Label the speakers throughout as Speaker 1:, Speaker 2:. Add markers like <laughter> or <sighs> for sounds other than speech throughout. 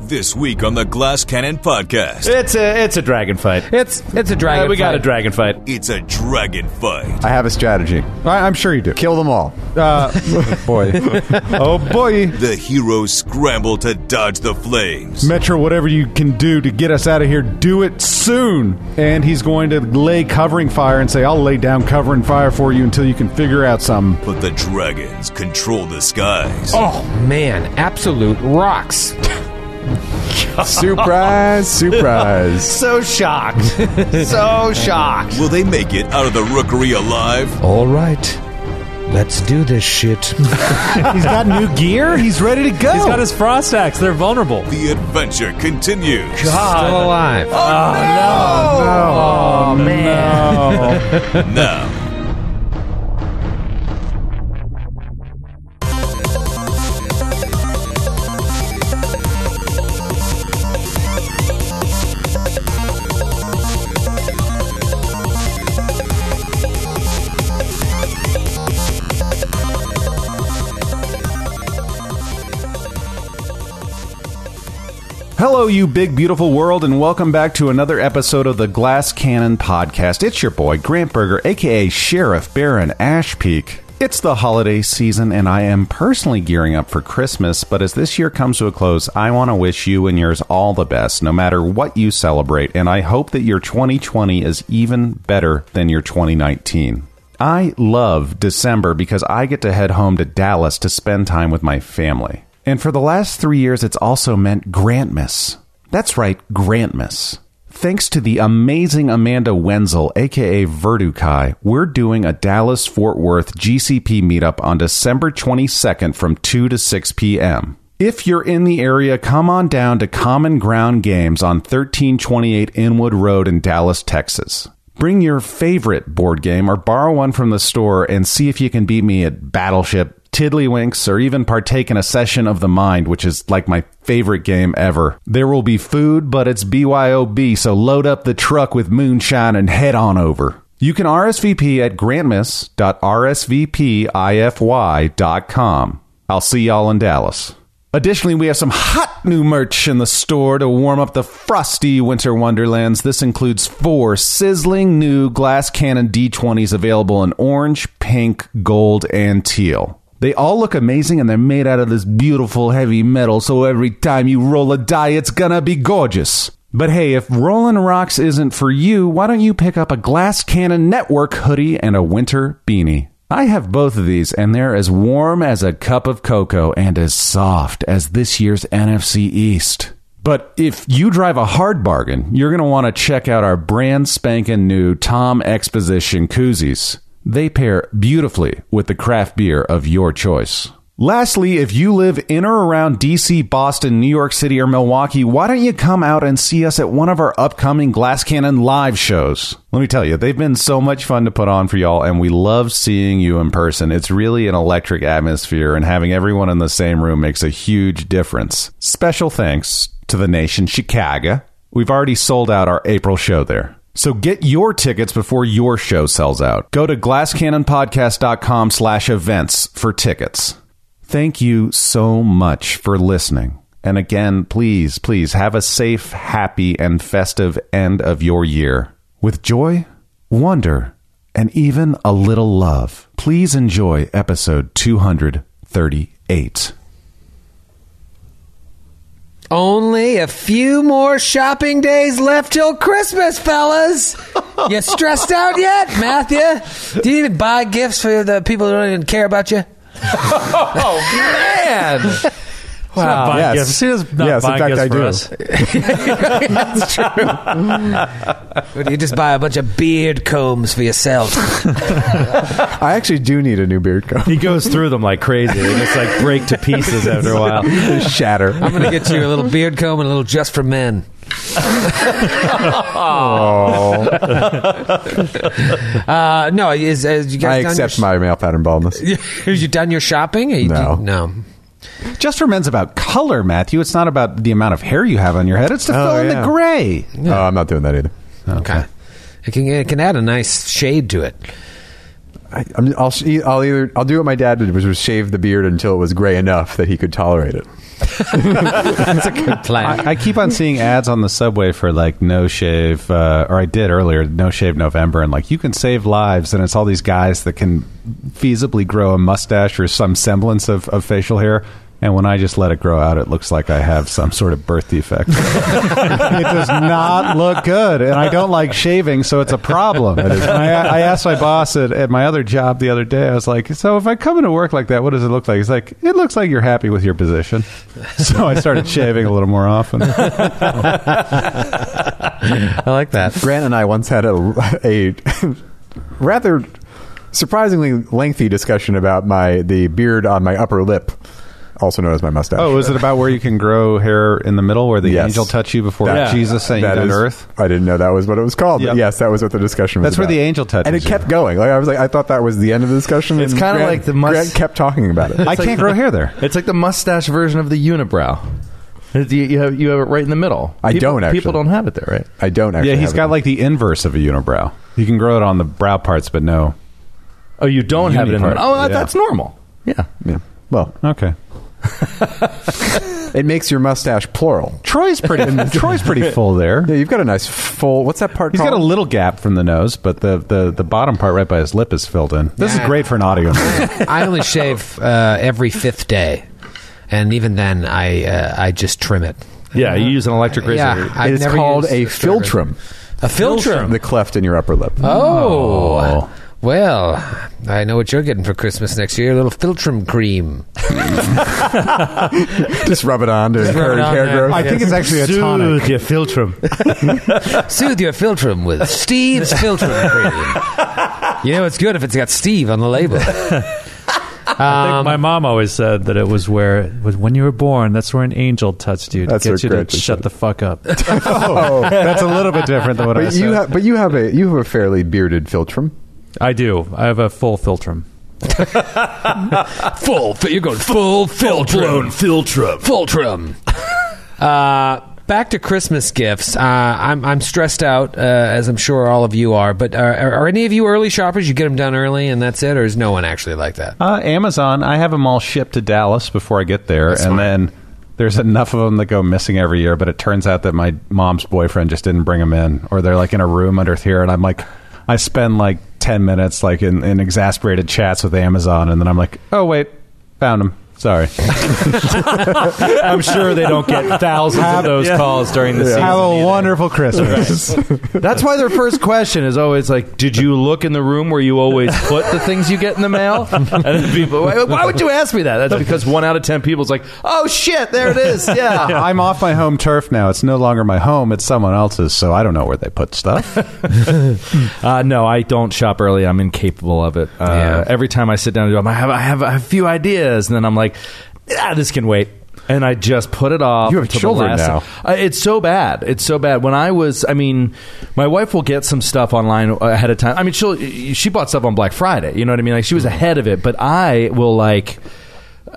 Speaker 1: This week on the Glass Cannon Podcast,
Speaker 2: It's a it's a dragon fight.
Speaker 3: It's it's a dragon.
Speaker 2: Uh, we got a
Speaker 3: fight.
Speaker 2: dragon fight.
Speaker 1: it's a dragon fight.
Speaker 4: I have a strategy.
Speaker 5: I, I'm sure you do.
Speaker 4: Kill them all.
Speaker 5: Uh, <laughs> boy. Oh, boy.
Speaker 1: The heroes scramble to dodge the flames.
Speaker 5: Metro, whatever you can do to get us out of here, do it soon. And he's going to lay covering fire and say, I'll lay down covering fire for you until you can figure out something.
Speaker 1: But the dragons control the skies.
Speaker 3: Oh man, absolute rocks.
Speaker 4: Surprise, surprise.
Speaker 2: So shocked. so shocked.
Speaker 1: Will they make it out of the rookery alive?
Speaker 6: Oh.
Speaker 7: All right. Let's do this shit.
Speaker 3: He's got new gear. He's ready to go.
Speaker 8: He's got his frost axe. They're vulnerable.
Speaker 1: The adventure continues.
Speaker 3: still alive.
Speaker 5: Oh, man.
Speaker 1: Now,
Speaker 5: Hello, you big, beautiful world, and welcome back to another episode of the Glass Cannon Podcast. It's your boy, Grant Berger, a.k.a. Sheriff Baron Ashpeak. It's the holiday season, and I am personally gearing up for Christmas, but as this year comes to a close, I want to wish you and yours all the best, no matter what you celebrate, and I hope that your 2020 is even better than your 2019. I love December because I get to head home to Dallas to spend time with my family. And for the last three years, it's also meant Grantmas. That's right, Grantmas. Thanks to the amazing Amanda Wenzel, aka Verdukai, we're doing a Dallas Fort Worth GCP meetup on December 22nd from 2 to 6 p.m. If you're in the area, come on down to Common Ground Games on 1328 Inwood Road in Dallas, Texas. Bring your favorite board game or borrow one from the store and see if you can beat me at Battleship, Tiddlywinks, or even partake in a session of the mind, which is like my favorite game ever. There will be food, but it's BYOB, so load up the truck with moonshine and head on over. You can RSVP at grantmas.rsvpify.com. I'll see y'all in Dallas. Additionally, we have some hot new merch in the store to warm up the frosty winter wonderlands. This includes four sizzling new glass cannon D20s available in orange, pink, gold, and teal. They all look amazing and they're made out of this beautiful heavy metal, so every time you roll a die, it's gonna be gorgeous. But hey, if Rolling Rocks isn't for you, why don't you pick up a Glass Cannon Network hoodie and a winter beanie? I have both of these, and they're as warm as a cup of cocoa and as soft as this year's NFC East. But if you drive a hard bargain, you're going to want to check out our brand spankin' new Tom Exposition koozies. They pair beautifully with the craft beer of your choice. Lastly, if you live in or around DC, Boston, New York City, or Milwaukee, why don't you come out and see us at one of our upcoming Glass Cannon live shows? Let me tell you, they've been so much fun to put on for y'all, and we love seeing you in person. It's really an electric atmosphere, and having everyone in the same room makes a huge difference. Special thanks to the nation Chicago. We've already sold out our April show there. So get your tickets before your show sells out. Go to glasscannonpodcast.com slash events for tickets. Thank you so much for listening. And again, please, please have a safe, happy, and festive end of your year. With joy, wonder, and even a little love, please enjoy episode 238.
Speaker 3: Only a few more shopping days left till Christmas, fellas. You stressed out yet, Matthew? Do you even buy gifts for the people who don't even care about you? oh man!
Speaker 8: Not buying
Speaker 4: Oh, Ah, yes.
Speaker 8: gifts. She does not
Speaker 4: Yes, in
Speaker 8: buy
Speaker 4: fact,
Speaker 8: gifts
Speaker 4: I
Speaker 8: for
Speaker 4: do.
Speaker 8: us.
Speaker 3: That's true. Or do you just buy a bunch of beard combs for yourself?
Speaker 4: I actually do need a new beard comb.
Speaker 2: He goes through them like crazy. They just like break to pieces after a
Speaker 8: <laughs>
Speaker 2: while.
Speaker 4: <laughs> Shatter.
Speaker 3: I'm gonna get you a little beard comb and a little just for men.
Speaker 4: Oh,
Speaker 3: Uh, no, is, is you guys
Speaker 4: I
Speaker 3: done
Speaker 4: accept
Speaker 3: your,
Speaker 4: my male pattern baldness.
Speaker 3: <laughs> Have you done your shopping? Are you-
Speaker 4: No.
Speaker 3: no.
Speaker 5: Just for men's about color, Matthew. It's not about the amount of hair you have on your head. It's to
Speaker 4: Oh,
Speaker 5: fill in
Speaker 4: yeah.
Speaker 5: the gray.
Speaker 4: Oh, I'm not doing that either.
Speaker 3: Okay. It can, it can add a nice shade to it.
Speaker 4: I, I'm, I'll, sh- I'll either I'll do what my dad did, which was shave the beard until it was gray enough that he could tolerate it.
Speaker 3: Plan.
Speaker 5: I, I keep on seeing ads on the subway for like no shave, uh, or I did earlier, no shave November, and like you can save lives, and it's all these guys that can feasibly grow a mustache or some semblance of, of facial hair. And when I just let it grow out, it looks like I have some sort of birth defect. it <laughs> does not look good, and I don't like shaving, so it's a problem. And I, I asked my boss at, at my other job the other day. I was like, "So if I come into work like that, what does it look like?" He's like, "It looks like you're happy with your position." <laughs> So I started shaving a little more <laughs> often.
Speaker 3: <laughs> I like that.
Speaker 4: Grant and I once had a, <laughs> a rather surprisingly lengthy discussion about my the beard on my upper lip, also known as my mustache.
Speaker 5: Oh, is it about where you can grow hair in the middle, where the
Speaker 4: Yes.
Speaker 5: angel touched you before
Speaker 4: That-
Speaker 5: Jesus sent you
Speaker 4: that
Speaker 5: down to
Speaker 4: is-
Speaker 5: earth?
Speaker 4: I didn't know that was what it was called. but
Speaker 5: Yep.
Speaker 4: Yes, that was what the discussion was.
Speaker 5: That's where
Speaker 4: about.
Speaker 5: the angel touches
Speaker 4: and it
Speaker 5: you.
Speaker 4: kept going. Like I was like, I thought that was the end of the discussion.
Speaker 9: It's
Speaker 4: and
Speaker 9: kinda
Speaker 4: Grant-
Speaker 9: like the mus-
Speaker 4: Grant kept talking about
Speaker 5: <laughs>
Speaker 4: it.
Speaker 5: I can't grow hair there.
Speaker 9: It's like the mustache version of the unibrow. You, you have, you have it right in the middle.
Speaker 4: I
Speaker 9: People-
Speaker 4: don't, actually.
Speaker 9: People don't have it there, right?
Speaker 4: I don't actually.
Speaker 5: Yeah, he's
Speaker 4: have
Speaker 5: got
Speaker 4: it.
Speaker 5: like the inverse of a unibrow. You can grow it on the brow parts, but no.
Speaker 9: Oh, you don't have it in the
Speaker 5: Unipart,
Speaker 9: middle. Oh, that-
Speaker 5: yeah.
Speaker 9: that's normal. Yeah.
Speaker 4: Yeah. Well,
Speaker 5: Okay.
Speaker 4: it makes your mustache plural.
Speaker 5: Troy's pretty. <laughs> Troy's pretty full there.
Speaker 4: Yeah, you've got a nice full. What's that part?
Speaker 5: He's got
Speaker 4: called?
Speaker 5: a little gap from the nose, but the, the, the bottom part right by his lip is filled in. This is great for an audio.
Speaker 3: <laughs> I only shave uh, every fifth day, and even then, I uh, I just trim it.
Speaker 9: Yeah, you use an electric
Speaker 3: Yeah, I've
Speaker 4: it's
Speaker 3: never
Speaker 4: called
Speaker 3: used
Speaker 4: a
Speaker 3: straighter.
Speaker 4: philtrum.
Speaker 3: A filtrum.
Speaker 4: The cleft in your upper lip.
Speaker 3: Oh. Well, I know what you're getting for Christmas next year. A little filtrum cream.
Speaker 4: <laughs> Just rub it on to encourage
Speaker 3: it on
Speaker 4: hair
Speaker 3: there.
Speaker 4: growth.
Speaker 3: I
Speaker 5: think it's actually a tonic.
Speaker 8: Dude, you filtrum.
Speaker 3: Soothe your filtrum with Steve's filtrum cream. You know it's good if it's got Steve on the label.
Speaker 8: My
Speaker 9: Um,
Speaker 8: mom always said that it was where it was when you were born. That's where an angel touched you to
Speaker 4: That's
Speaker 8: get
Speaker 4: her
Speaker 8: you to
Speaker 4: great-
Speaker 8: shut the
Speaker 5: <laughs>
Speaker 8: fuck up.
Speaker 5: Oh, That's a little bit different than what I
Speaker 4: But
Speaker 5: said.
Speaker 4: you have, but you have a you have a fairly bearded philtrum.
Speaker 8: I do. I have a full filtrum.
Speaker 3: full. fi- You're going full filtrum. Filtrum. <laughs> Filtrum. Uh, back to Christmas gifts. Uh, I'm I'm stressed out, uh, as I'm sure all of you are. But are, are, are any of you early shoppers? You get them done early, and that's it, or is no one actually like that?
Speaker 5: Uh, Amazon, I have them all shipped to Dallas before I get there, and then there's enough of them that go missing every year. But it turns out that my mom's boyfriend just didn't bring them in, or they're like in a room under here, and I'm like, I spend like ten minutes like in, in exasperated chats with Amazon, and then I'm like, oh wait, found them. Sorry.
Speaker 8: I'm sure they
Speaker 5: <laughs>
Speaker 8: don't get thousands of those calls during the season.
Speaker 5: Have a wonderful Christmas.
Speaker 9: That's why their first question is always like, "Did you look in the room where you always put the things you get in the
Speaker 8: <laughs>
Speaker 9: mail?" And then people, why, why would you ask me that? That's because one out of ten people is like, "Oh shit, there it is."
Speaker 8: <laughs>
Speaker 9: Yeah.
Speaker 5: <laughs> I'm off my home turf now. It's no longer my home. It's someone else's, so I don't know where they put stuff.
Speaker 9: Uh, no, I don't shop early. I'm incapable of it. Uh,
Speaker 3: Yeah.
Speaker 9: Every time I sit down to do them, I have, I have a few ideas, and then I'm like, ah, this can wait. And I just put it off.
Speaker 4: You have
Speaker 9: till the
Speaker 4: children
Speaker 9: last-
Speaker 4: now.
Speaker 9: Uh, it's so bad. It's so bad. When I was, I mean, my wife will get some stuff online ahead of time. I mean, she she bought stuff on Black Friday. You know what I mean? Like she was
Speaker 4: Mm-hmm.
Speaker 9: ahead of it. But I will like.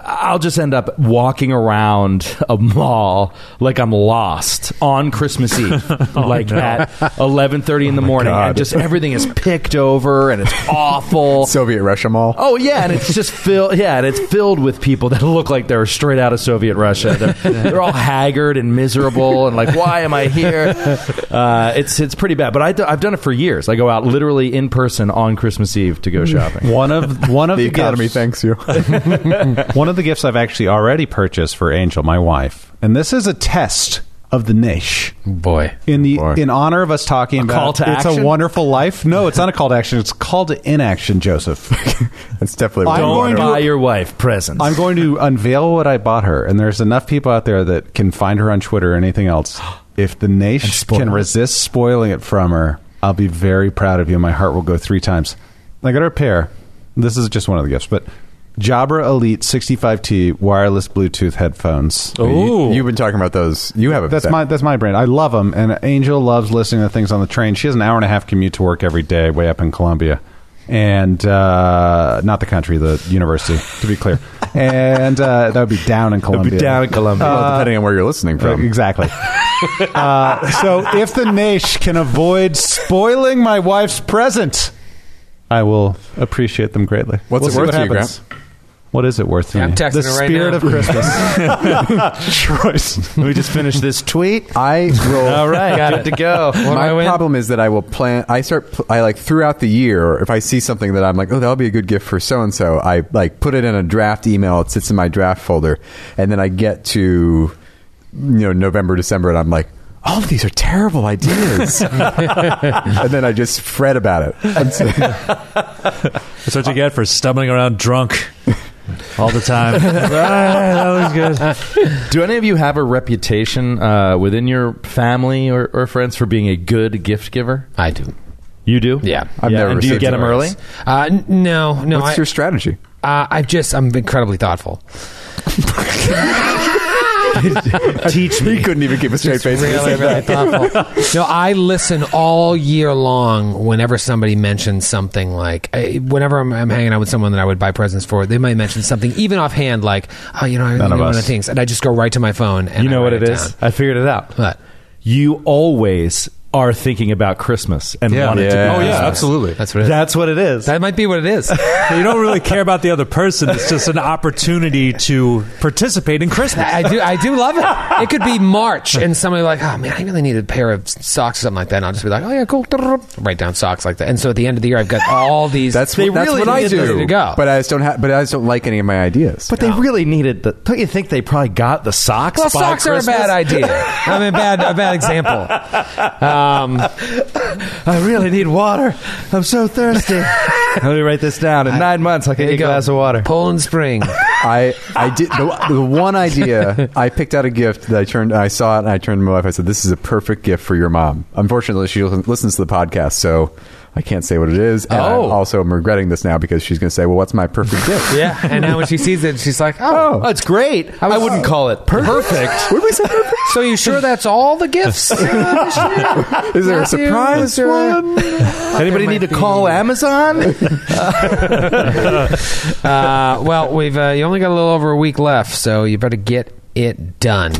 Speaker 9: I'll just end up walking around a mall like I'm lost on Christmas
Speaker 4: <laughs>
Speaker 9: Eve,
Speaker 4: Oh,
Speaker 9: like at 11:30 in the morning, and
Speaker 4: God.
Speaker 9: just everything is picked over and it's awful.
Speaker 4: Soviet Russia mall.
Speaker 9: Oh yeah, and it's just filled. Yeah, and it's filled with people that look like they're straight out of Soviet Russia. They're, they're all haggard and miserable, and like, why am I here? Uh, it's it's pretty bad. But I do, I've done it for years. I go out literally in person on Christmas Eve to go shopping.
Speaker 5: One of one of
Speaker 4: the
Speaker 5: the,
Speaker 4: economy
Speaker 5: gifts- <laughs>
Speaker 4: thanks you.
Speaker 5: One of the gifts I've actually already purchased for Angel, my wife, and this is a test of the niche.
Speaker 3: Boy.
Speaker 5: In the
Speaker 4: Boy.
Speaker 5: in honor of us talking about
Speaker 9: call to
Speaker 5: it's
Speaker 9: action?
Speaker 5: a wonderful life. No, it's not a call to action. It's a call to inaction, Joseph.
Speaker 4: <laughs> That's definitely. what
Speaker 5: I'm
Speaker 4: you
Speaker 5: going
Speaker 9: Don't
Speaker 4: want.
Speaker 9: buy
Speaker 5: to-
Speaker 9: your wife presents. <laughs>
Speaker 5: I'm going to unveil what I bought her, and there's enough people out there that can find her on Twitter or
Speaker 9: <gasps>
Speaker 5: anything else. If the niche
Speaker 9: spoil
Speaker 5: can
Speaker 9: it.
Speaker 5: resist spoiling it from her, I'll be very proud of you. My heart will go three times. I got her a pair. This is just one of the gifts, but Jabra Elite 65T wireless Bluetooth headphones.
Speaker 4: You, have been talking about those. You have a
Speaker 5: That's
Speaker 4: that-
Speaker 5: my that's my brand. I love them, and Angel loves listening to things on the train. She has an hour and a half commute to work every day, way up in Columbia, and uh, not the country, the university, to be
Speaker 4: <laughs>
Speaker 5: clear. And uh, that would be down in Columbia.
Speaker 9: down in Columbia.
Speaker 4: Well, depending on where you're listening
Speaker 5: Uh,
Speaker 4: from.
Speaker 5: exactly.
Speaker 4: <laughs>
Speaker 5: uh, so if the niche can avoid spoiling my wife's present, I will appreciate them greatly.
Speaker 4: What's
Speaker 5: We'll
Speaker 4: it
Speaker 5: see
Speaker 4: worth
Speaker 5: what
Speaker 4: to you,
Speaker 5: happens. What is it worth to
Speaker 3: Yeah, I'm
Speaker 5: me?
Speaker 3: texting
Speaker 5: the
Speaker 3: her right
Speaker 5: spirit
Speaker 3: now.
Speaker 5: of
Speaker 3: <laughs>
Speaker 5: Christmas. Choice. Let me just finish this tweet.
Speaker 4: I will.
Speaker 5: All right, got good to go.
Speaker 4: my problem is that I will plan. I start. pl- I like throughout the year. If I see something that I'm like, oh, that'll be a good gift for so and so, I like put it in a draft email. It sits in my draft folder, and then I get to you know November, December, and I'm like. All of these are terrible ideas, and then I just fret about it. And so-
Speaker 8: That's what you get for stumbling
Speaker 9: <laughs>
Speaker 8: around drunk all the time. Ah, that was good.
Speaker 9: Do any of you have a reputation uh, within your family or, or friends for being a good gift giver?
Speaker 3: I do.
Speaker 9: You do?
Speaker 3: Yeah.
Speaker 4: I've never
Speaker 9: and do you
Speaker 4: received
Speaker 9: get them
Speaker 4: one of
Speaker 9: early?
Speaker 4: those.
Speaker 3: Uh, n- no, no.
Speaker 4: What's
Speaker 3: I,
Speaker 4: your strategy?
Speaker 3: uh, I've just I'm incredibly thoughtful.
Speaker 4: Teach me. He couldn't even keep a straight face. when he
Speaker 3: really,
Speaker 4: said
Speaker 3: really
Speaker 4: that.
Speaker 3: thoughtful. <laughs> No, I listen all year long whenever somebody mentions something like, I, whenever I'm, I'm hanging out with someone that I would buy presents for, they might mention something, even offhand, like, oh, you know, I really
Speaker 5: of
Speaker 3: need one
Speaker 5: us.
Speaker 3: of the things. And I just go right to my phone. And
Speaker 9: You
Speaker 3: I
Speaker 9: know what
Speaker 3: write
Speaker 9: it is?
Speaker 3: down.
Speaker 9: I figured it out.
Speaker 3: What?
Speaker 9: You always are thinking about Christmas and want it to be
Speaker 4: Yeah.
Speaker 5: Oh yeah,
Speaker 9: Christmas.
Speaker 5: absolutely.
Speaker 3: That's what it is.
Speaker 5: That's what it is.
Speaker 3: That might be what it is.
Speaker 8: You don't really care about the other person. It's just an opportunity to participate in Christmas.
Speaker 3: I do. I do love it. It could be March, and somebody like, oh man, I really need a pair of socks or something like that. And I'll just be like, oh yeah, cool. Write down socks like that. And so at the end of the year, I've got all these.
Speaker 4: That's what, that's what I
Speaker 3: need
Speaker 4: do.
Speaker 3: them to go.
Speaker 4: But I just don't. Ha- but I just don't like any of my ideas.
Speaker 9: But they really needed the. Don't you think they probably got the socks?
Speaker 3: well,
Speaker 9: by
Speaker 3: socks are a
Speaker 9: Christmas?
Speaker 3: bad idea. I mean, bad a bad example. Um,
Speaker 9: I really need water. I'm so thirsty. <laughs> Let me write this down. In nine months, I can
Speaker 3: there
Speaker 9: get
Speaker 3: you
Speaker 9: a
Speaker 3: go.
Speaker 9: glass of water.
Speaker 3: Poland Spring.
Speaker 4: I I did the, the one idea I picked out a gift that I turned I saw it and I turned to my wife I said this is a perfect gift for your mom. Unfortunately, she listen- listens to the podcast, so I can't say what it is. And
Speaker 9: Oh.
Speaker 4: I'm also am regretting this now because she's going to say, "Well, what's my perfect <laughs> gift?"
Speaker 3: Yeah. And now when she sees it, she's like, oh.
Speaker 9: Oh, it's great. I, wouldn't call it perfect.
Speaker 4: Would we say perfect?
Speaker 3: So you sure that's all the <laughs> gifts? Uh,
Speaker 4: Is there
Speaker 3: Matthew,
Speaker 4: a
Speaker 3: is
Speaker 4: surprise
Speaker 3: there a-
Speaker 4: one?
Speaker 9: Anybody
Speaker 3: might
Speaker 9: need to
Speaker 3: be-
Speaker 9: call Amazon?
Speaker 3: Uh, well, we've uh, you only got a little over a week left, so you better get it done.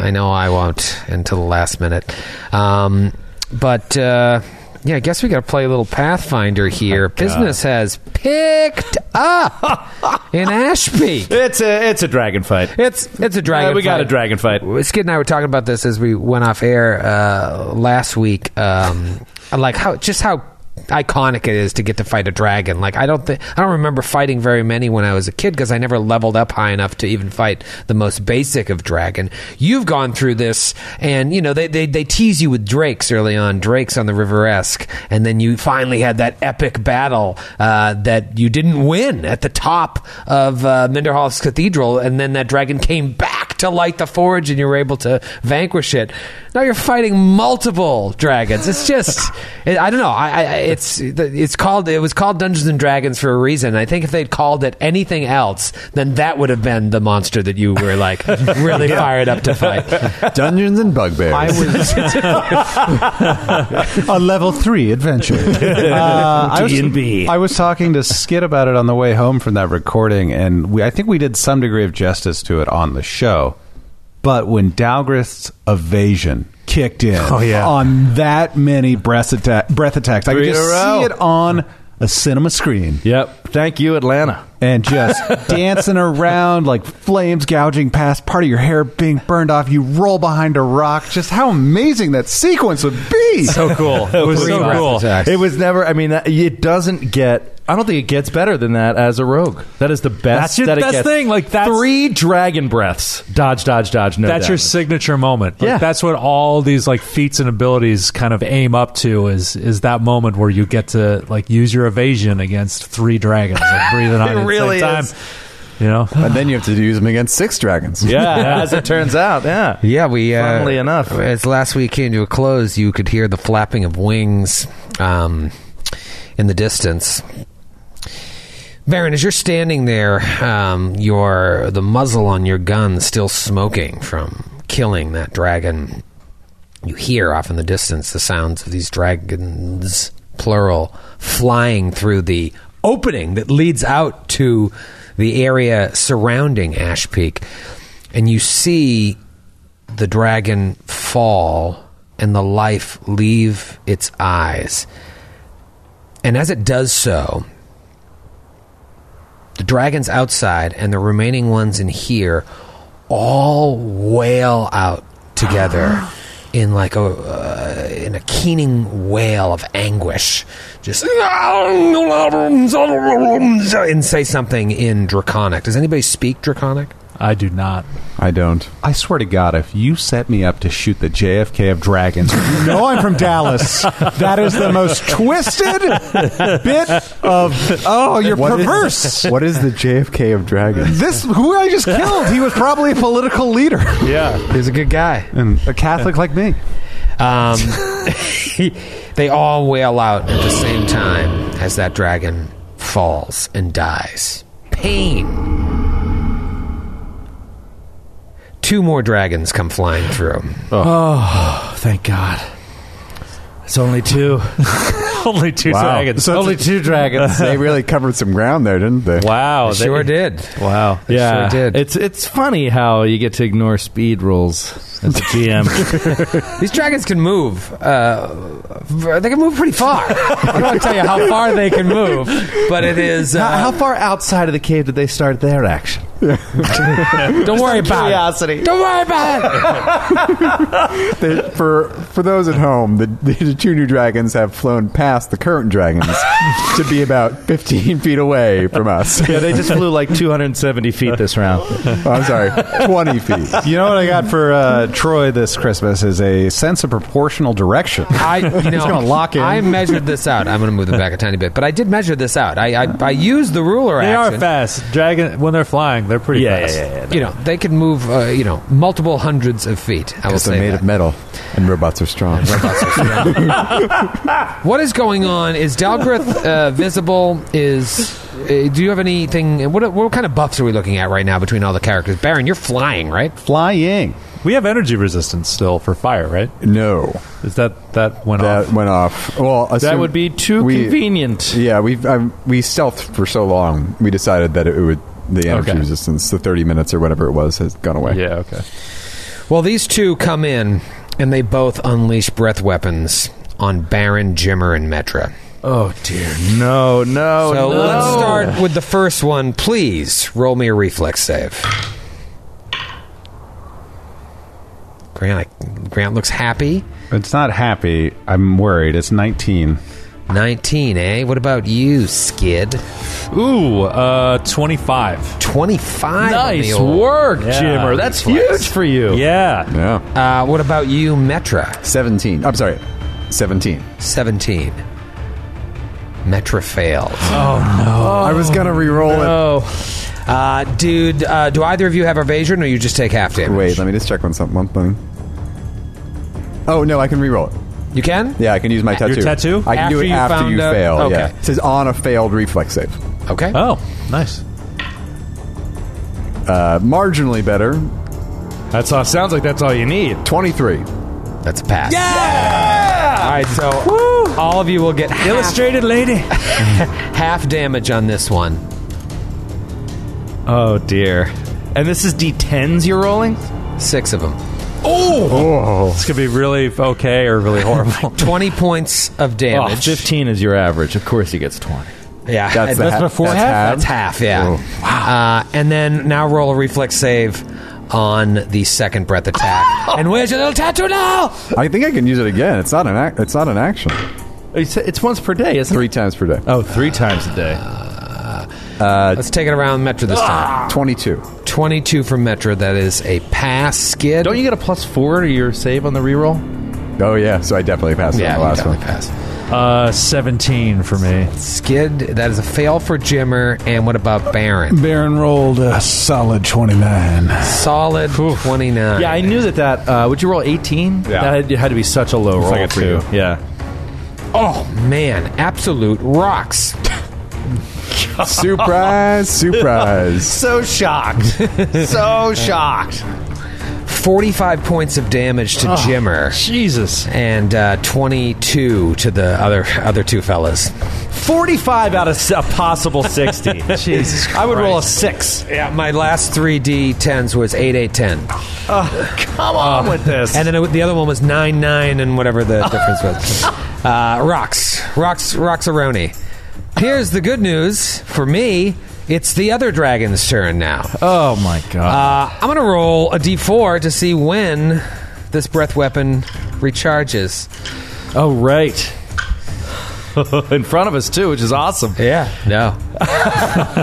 Speaker 3: I know I won't until the last minute, um, but uh, yeah, I guess we got to play a little Pathfinder here. Business has picked up <laughs> in Ashby.
Speaker 9: it's a it's a dragon fight.
Speaker 3: It's it's a dragon.
Speaker 9: Uh, we got
Speaker 3: fight.
Speaker 9: a dragon fight.
Speaker 3: Skid and I were talking about this as we went off air uh, last week. Um, like how just how iconic it is to get to fight a dragon. Like I don't think I don't remember fighting very many when I was a kid because I never leveled up high enough to even fight the most basic of dragon. You've gone through this, and you know they they, they tease you with drakes early on, drakes on the River Esk, and then you finally had that epic battle uh, that you didn't win at the top of uh, Minderhall's Cathedral, and then that dragon came back to light the forge and you were able to vanquish it. Now you're fighting multiple dragons. It's just <laughs> it, I don't know. I, I it's it's called it was called Dungeons and Dragons for a reason. I think if they'd called it anything else, then that would have been the monster that you were like <laughs> really fired up to fight.
Speaker 4: <laughs> Dungeons and bugbears.
Speaker 7: I was
Speaker 5: <laughs>
Speaker 7: a level three
Speaker 9: <laughs>
Speaker 7: adventure.
Speaker 5: Uh, I was-
Speaker 8: D&B.
Speaker 5: I was talking to Skid about it on the way home from that recording, and we, I think we did some degree of justice to it on the show. But when Dalgrith's evasion kicked in
Speaker 9: Oh,
Speaker 8: yeah.
Speaker 5: on that many breath, atta- breath attacks, I could
Speaker 9: Three in
Speaker 5: just
Speaker 9: a row.
Speaker 5: see it on a cinema screen
Speaker 9: Yep. Thank you, Atlanta.
Speaker 5: and <laughs> just dancing around like flames gouging past, part of your hair being burned off. You roll behind a rock. Just how amazing that sequence would be.
Speaker 8: So cool. It was so cool.
Speaker 9: It was never. I mean, that- it doesn't get. I don't think it gets better than that as a rogue. That is the best.
Speaker 8: That's your
Speaker 9: that it
Speaker 8: best
Speaker 9: gets.
Speaker 8: thing, like, that's-
Speaker 9: three dragon breaths. Dodge, dodge, dodge. No,
Speaker 8: That's your
Speaker 9: damage.
Speaker 8: signature moment. Like,
Speaker 9: Yeah.
Speaker 8: That's what all these like feats and abilities kind of aim up to is is that moment where you get to like use your evasion against three
Speaker 9: <laughs>
Speaker 8: dragons, like breathing on
Speaker 9: It
Speaker 8: you at
Speaker 9: really
Speaker 8: the same
Speaker 9: is.
Speaker 8: time. You know?
Speaker 4: and then you have to use them against six dragons.
Speaker 9: Yeah, <laughs> as it turns out. Yeah.
Speaker 3: Yeah, we. Uh,
Speaker 9: Funnily enough.
Speaker 3: as last week came to a close, you could hear the flapping of wings um, in the distance. Baron, as you're standing there, um, your the muzzle on your gun still smoking from killing that dragon. You hear off in the distance the sounds of these dragons, plural, flying through the opening that leads out to the area surrounding Ash Peak. And you see the dragon fall and the life leave its eyes. And as it does so, the dragons outside and the remaining ones in here all wail out together in like a uh, in a keening wail of anguish just and say something in draconic does anybody speak draconic
Speaker 8: I
Speaker 9: <laughs>
Speaker 8: do not.
Speaker 4: I don't.
Speaker 5: I swear to God, if you set me up to shoot the JFK of dragons, you know I'm from Dallas. That is the most twisted bit of. Oh, you're
Speaker 4: What is-
Speaker 5: perverse.
Speaker 4: what is the JFK of <laughs> dragons?
Speaker 5: this who I just killed. He was probably a political leader
Speaker 8: Yeah.
Speaker 3: he's a good guy
Speaker 5: and a Catholic like me.
Speaker 3: Um, they all wail out at the same time as that dragon falls and dies. Pain. Two more dragons come flying through.
Speaker 9: Thank God. It's only two.
Speaker 8: Only two dragons.
Speaker 9: only two dragons.
Speaker 4: <laughs> they really covered some ground there, didn't they?
Speaker 9: <laughs> wow. they- <laughs>
Speaker 3: sure did.
Speaker 9: Wow.
Speaker 3: They
Speaker 9: yeah.
Speaker 3: sure did.
Speaker 9: It's it's funny how you get to ignore speed rules as a <laughs> GM.
Speaker 3: These dragons can move. Uh, they can move pretty far. I don't tell you how far they can move, but it is. Uh,
Speaker 9: how far outside of the cave did they start their action?
Speaker 3: <laughs> don't worry about
Speaker 9: curiosity.
Speaker 3: it. Don't worry about it.
Speaker 4: They- for for those at home, the, the two new dragons have flown past the current dragons to be about 15 feet away from <laughs> us.
Speaker 9: Yeah, they just flew like 270 feet this round.
Speaker 4: Oh, I'm sorry, 20 feet.
Speaker 5: You know what I got for uh, Troy this Christmas is a sense of proportional direction.
Speaker 3: I, you know,
Speaker 5: gonna lock in.
Speaker 3: I measured this out. I'm going to move them back a tiny bit, but I did measure this out. I I, I used the ruler
Speaker 8: They are
Speaker 3: action.
Speaker 8: fast. Dragon when they're flying, they're pretty fast.
Speaker 3: you know, they can move, uh, you know, multiple hundreds of feet. I will
Speaker 4: Because they're
Speaker 3: say
Speaker 4: made
Speaker 3: that.
Speaker 4: of metal, and robots are strong.
Speaker 3: what is going on? Is Dalgrith uh, visible? Is uh, do you have anything? What what kind of buffs are we looking at right now between all the characters? Baron, you're flying, right?
Speaker 5: Flying.
Speaker 8: <laughs> We have energy resistance still for fire, right?
Speaker 4: <laughs> no,
Speaker 8: Is that that went
Speaker 4: that
Speaker 8: off?
Speaker 4: went off. Well,
Speaker 9: That
Speaker 4: assume-
Speaker 9: would be too
Speaker 4: we-
Speaker 9: convenient.
Speaker 4: Yeah, we've i we stealthed for so long. We decided that it would the energy
Speaker 8: Okay.
Speaker 4: resistance, the 30 minutes or whatever it was, has gone away.
Speaker 8: Yeah. Okay.
Speaker 3: Well, these two come in and they both unleash breath weapons on Baron, Jimmer, and Metra.
Speaker 9: Oh dear. No, no.
Speaker 3: So
Speaker 9: no.
Speaker 3: let's start with the first one. Please roll me a reflex save. Grant, Grant looks happy.
Speaker 5: It's not happy. I'm worried. It's 19.
Speaker 3: 19, eh? What about you, Skid?
Speaker 8: Ooh, uh, twenty-five.
Speaker 3: 25. on the
Speaker 9: Nice
Speaker 3: old-
Speaker 9: work,
Speaker 8: Yeah.
Speaker 9: Jimmer. That's huge for you.
Speaker 8: Yeah.
Speaker 4: Yeah.
Speaker 3: Uh, what about you, Metra?
Speaker 4: 17. I'm sorry. 17.
Speaker 3: 17. Metra failed.
Speaker 9: Oh.
Speaker 4: I was going to re-roll
Speaker 3: Uh, dude, uh, do either of you have evasion or you just take half
Speaker 4: it.
Speaker 3: damage?
Speaker 4: Wait, let me just check on something. One thing. Oh, no, I can re-roll it.
Speaker 3: You can?
Speaker 4: Yeah, I can use my tattoo.
Speaker 8: tattoo?
Speaker 4: I can do
Speaker 3: After
Speaker 4: it
Speaker 3: you
Speaker 4: after
Speaker 3: found
Speaker 4: you
Speaker 3: out-
Speaker 4: fail.
Speaker 3: Okay.
Speaker 4: Yeah. It says on a failed reflex save.
Speaker 3: Okay.
Speaker 8: Oh, nice.
Speaker 4: Uh, marginally better.
Speaker 8: That's awesome. Sounds like that's all you need.
Speaker 4: 23.
Speaker 3: That's a pass. Yeah! All right, so all of you will get half,
Speaker 8: Illustrated lady.
Speaker 3: half damage on this one.
Speaker 9: Oh dear. And this is D10s you're rolling?
Speaker 3: Six of them.
Speaker 8: This could be really okay or
Speaker 9: <laughs>
Speaker 8: really horrible.
Speaker 4: <laughs>
Speaker 3: 20 points of
Speaker 9: Oh,
Speaker 3: damage.
Speaker 9: 15 is your average. Of course he gets 20.
Speaker 3: yeah.
Speaker 4: Oh, That's, the
Speaker 3: that's,
Speaker 4: ha-
Speaker 5: before
Speaker 4: that's
Speaker 5: half?
Speaker 4: half.
Speaker 3: half, yeah. Wow. Uh, and then now roll a reflex save on the second breath
Speaker 4: <laughs>
Speaker 3: attack. and where's your little tattoo now?
Speaker 4: I think I can use it again. It's not an ac- it's not an action.
Speaker 9: It's, it's once per day, isn't
Speaker 4: Three times per day.
Speaker 9: it? Oh, three times a day.
Speaker 4: Uh,
Speaker 3: Let's take it around Metra this time.
Speaker 4: 22.
Speaker 3: 22 from Metra. That is a pass skid.
Speaker 9: Don't you get a plus four to your save on the reroll?
Speaker 4: Oh yeah, so I definitely passed it
Speaker 3: yeah,
Speaker 4: on
Speaker 3: you
Speaker 4: the last
Speaker 3: definitely
Speaker 4: one.
Speaker 3: pass.
Speaker 8: Uh, seventeen for me.
Speaker 3: Skid, that is a fail for Jimmer. And what about Baron?
Speaker 2: Baron rolled a solid 29.
Speaker 3: Solid 29.
Speaker 9: Yeah, I knew that that. Uh, would you roll 18?
Speaker 5: Yeah.
Speaker 9: That had, it had to be such a low roll.
Speaker 5: like a
Speaker 9: for
Speaker 5: two.
Speaker 9: you. Yeah.
Speaker 3: Oh, man. Absolute rocks. <laughs>
Speaker 4: Surprise, surprise.
Speaker 9: So shocked. so shocked.
Speaker 3: 45 points of damage to Jimmer.
Speaker 8: Jesus.
Speaker 3: and uh, 22 to the other other two fellas.
Speaker 9: 45 out of s- a possible
Speaker 3: <laughs>
Speaker 9: 60. Jesus I would roll a 6.
Speaker 3: Yeah, my last three D10s was 8, 8, 10.
Speaker 9: Oh, Come on with this.
Speaker 3: Uh, And then it, the other one was 9, 9, and
Speaker 9: <laughs>
Speaker 3: whatever the difference was. Uh, rocks. Rocks, Roxaroni. Here's the good news for me. It's the other dragon's turn now.
Speaker 9: oh my god.
Speaker 3: Uh, I'm going to roll a d4 to see when this breath weapon recharges.
Speaker 9: oh right. In front of us too, which is awesome.
Speaker 3: Yeah. No.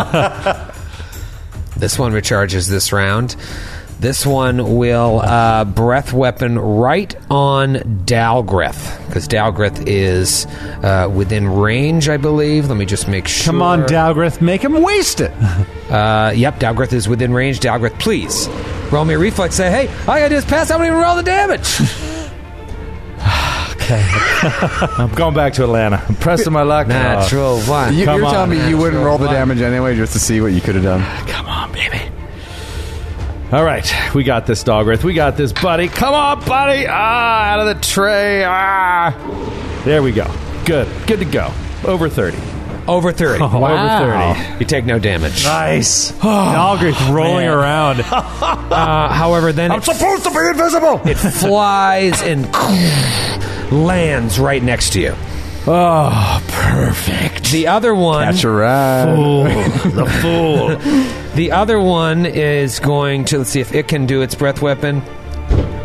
Speaker 3: <laughs> this one recharges this round. This one will uh, breath weapon right on Dalgrith because Dalgrith is uh, within range, I believe. Let me just make sure.
Speaker 5: Come on, Dalgrith, make him waste it.
Speaker 3: Uh, yep, Dalgrith is within range. Dalgrith, please roll me a reflex. Say, hey, all I gotta do is pass. I don't even roll the damage.
Speaker 9: I'm going back to Atlanta. I'm pressing my luck.
Speaker 3: <laughs>
Speaker 9: Uh,
Speaker 3: Natural one.
Speaker 4: You,
Speaker 9: Come
Speaker 4: you're
Speaker 9: on,
Speaker 4: telling me you
Speaker 9: man.
Speaker 4: wouldn't roll the damage anyway just to see what you could have done.
Speaker 9: Come on, baby. All right, we got this, Dogrith. We got this, buddy. Come on, buddy. Ah, out of the tray. Ah. There we go. Good. Good to go. Over 30.
Speaker 3: Over thirty.
Speaker 9: Over 30.
Speaker 3: You take no damage.
Speaker 8: Nice.
Speaker 4: Oh,
Speaker 8: Dalgrith rolling around.
Speaker 3: Uh, however, then it
Speaker 9: supposed to be invisible.
Speaker 3: <laughs> It flies and <laughs> lands right next to you.
Speaker 9: Oh, perfect.
Speaker 3: The other one,
Speaker 4: That's right.
Speaker 9: the fool.
Speaker 3: the other one is going to let's see if it can do its breath weapon.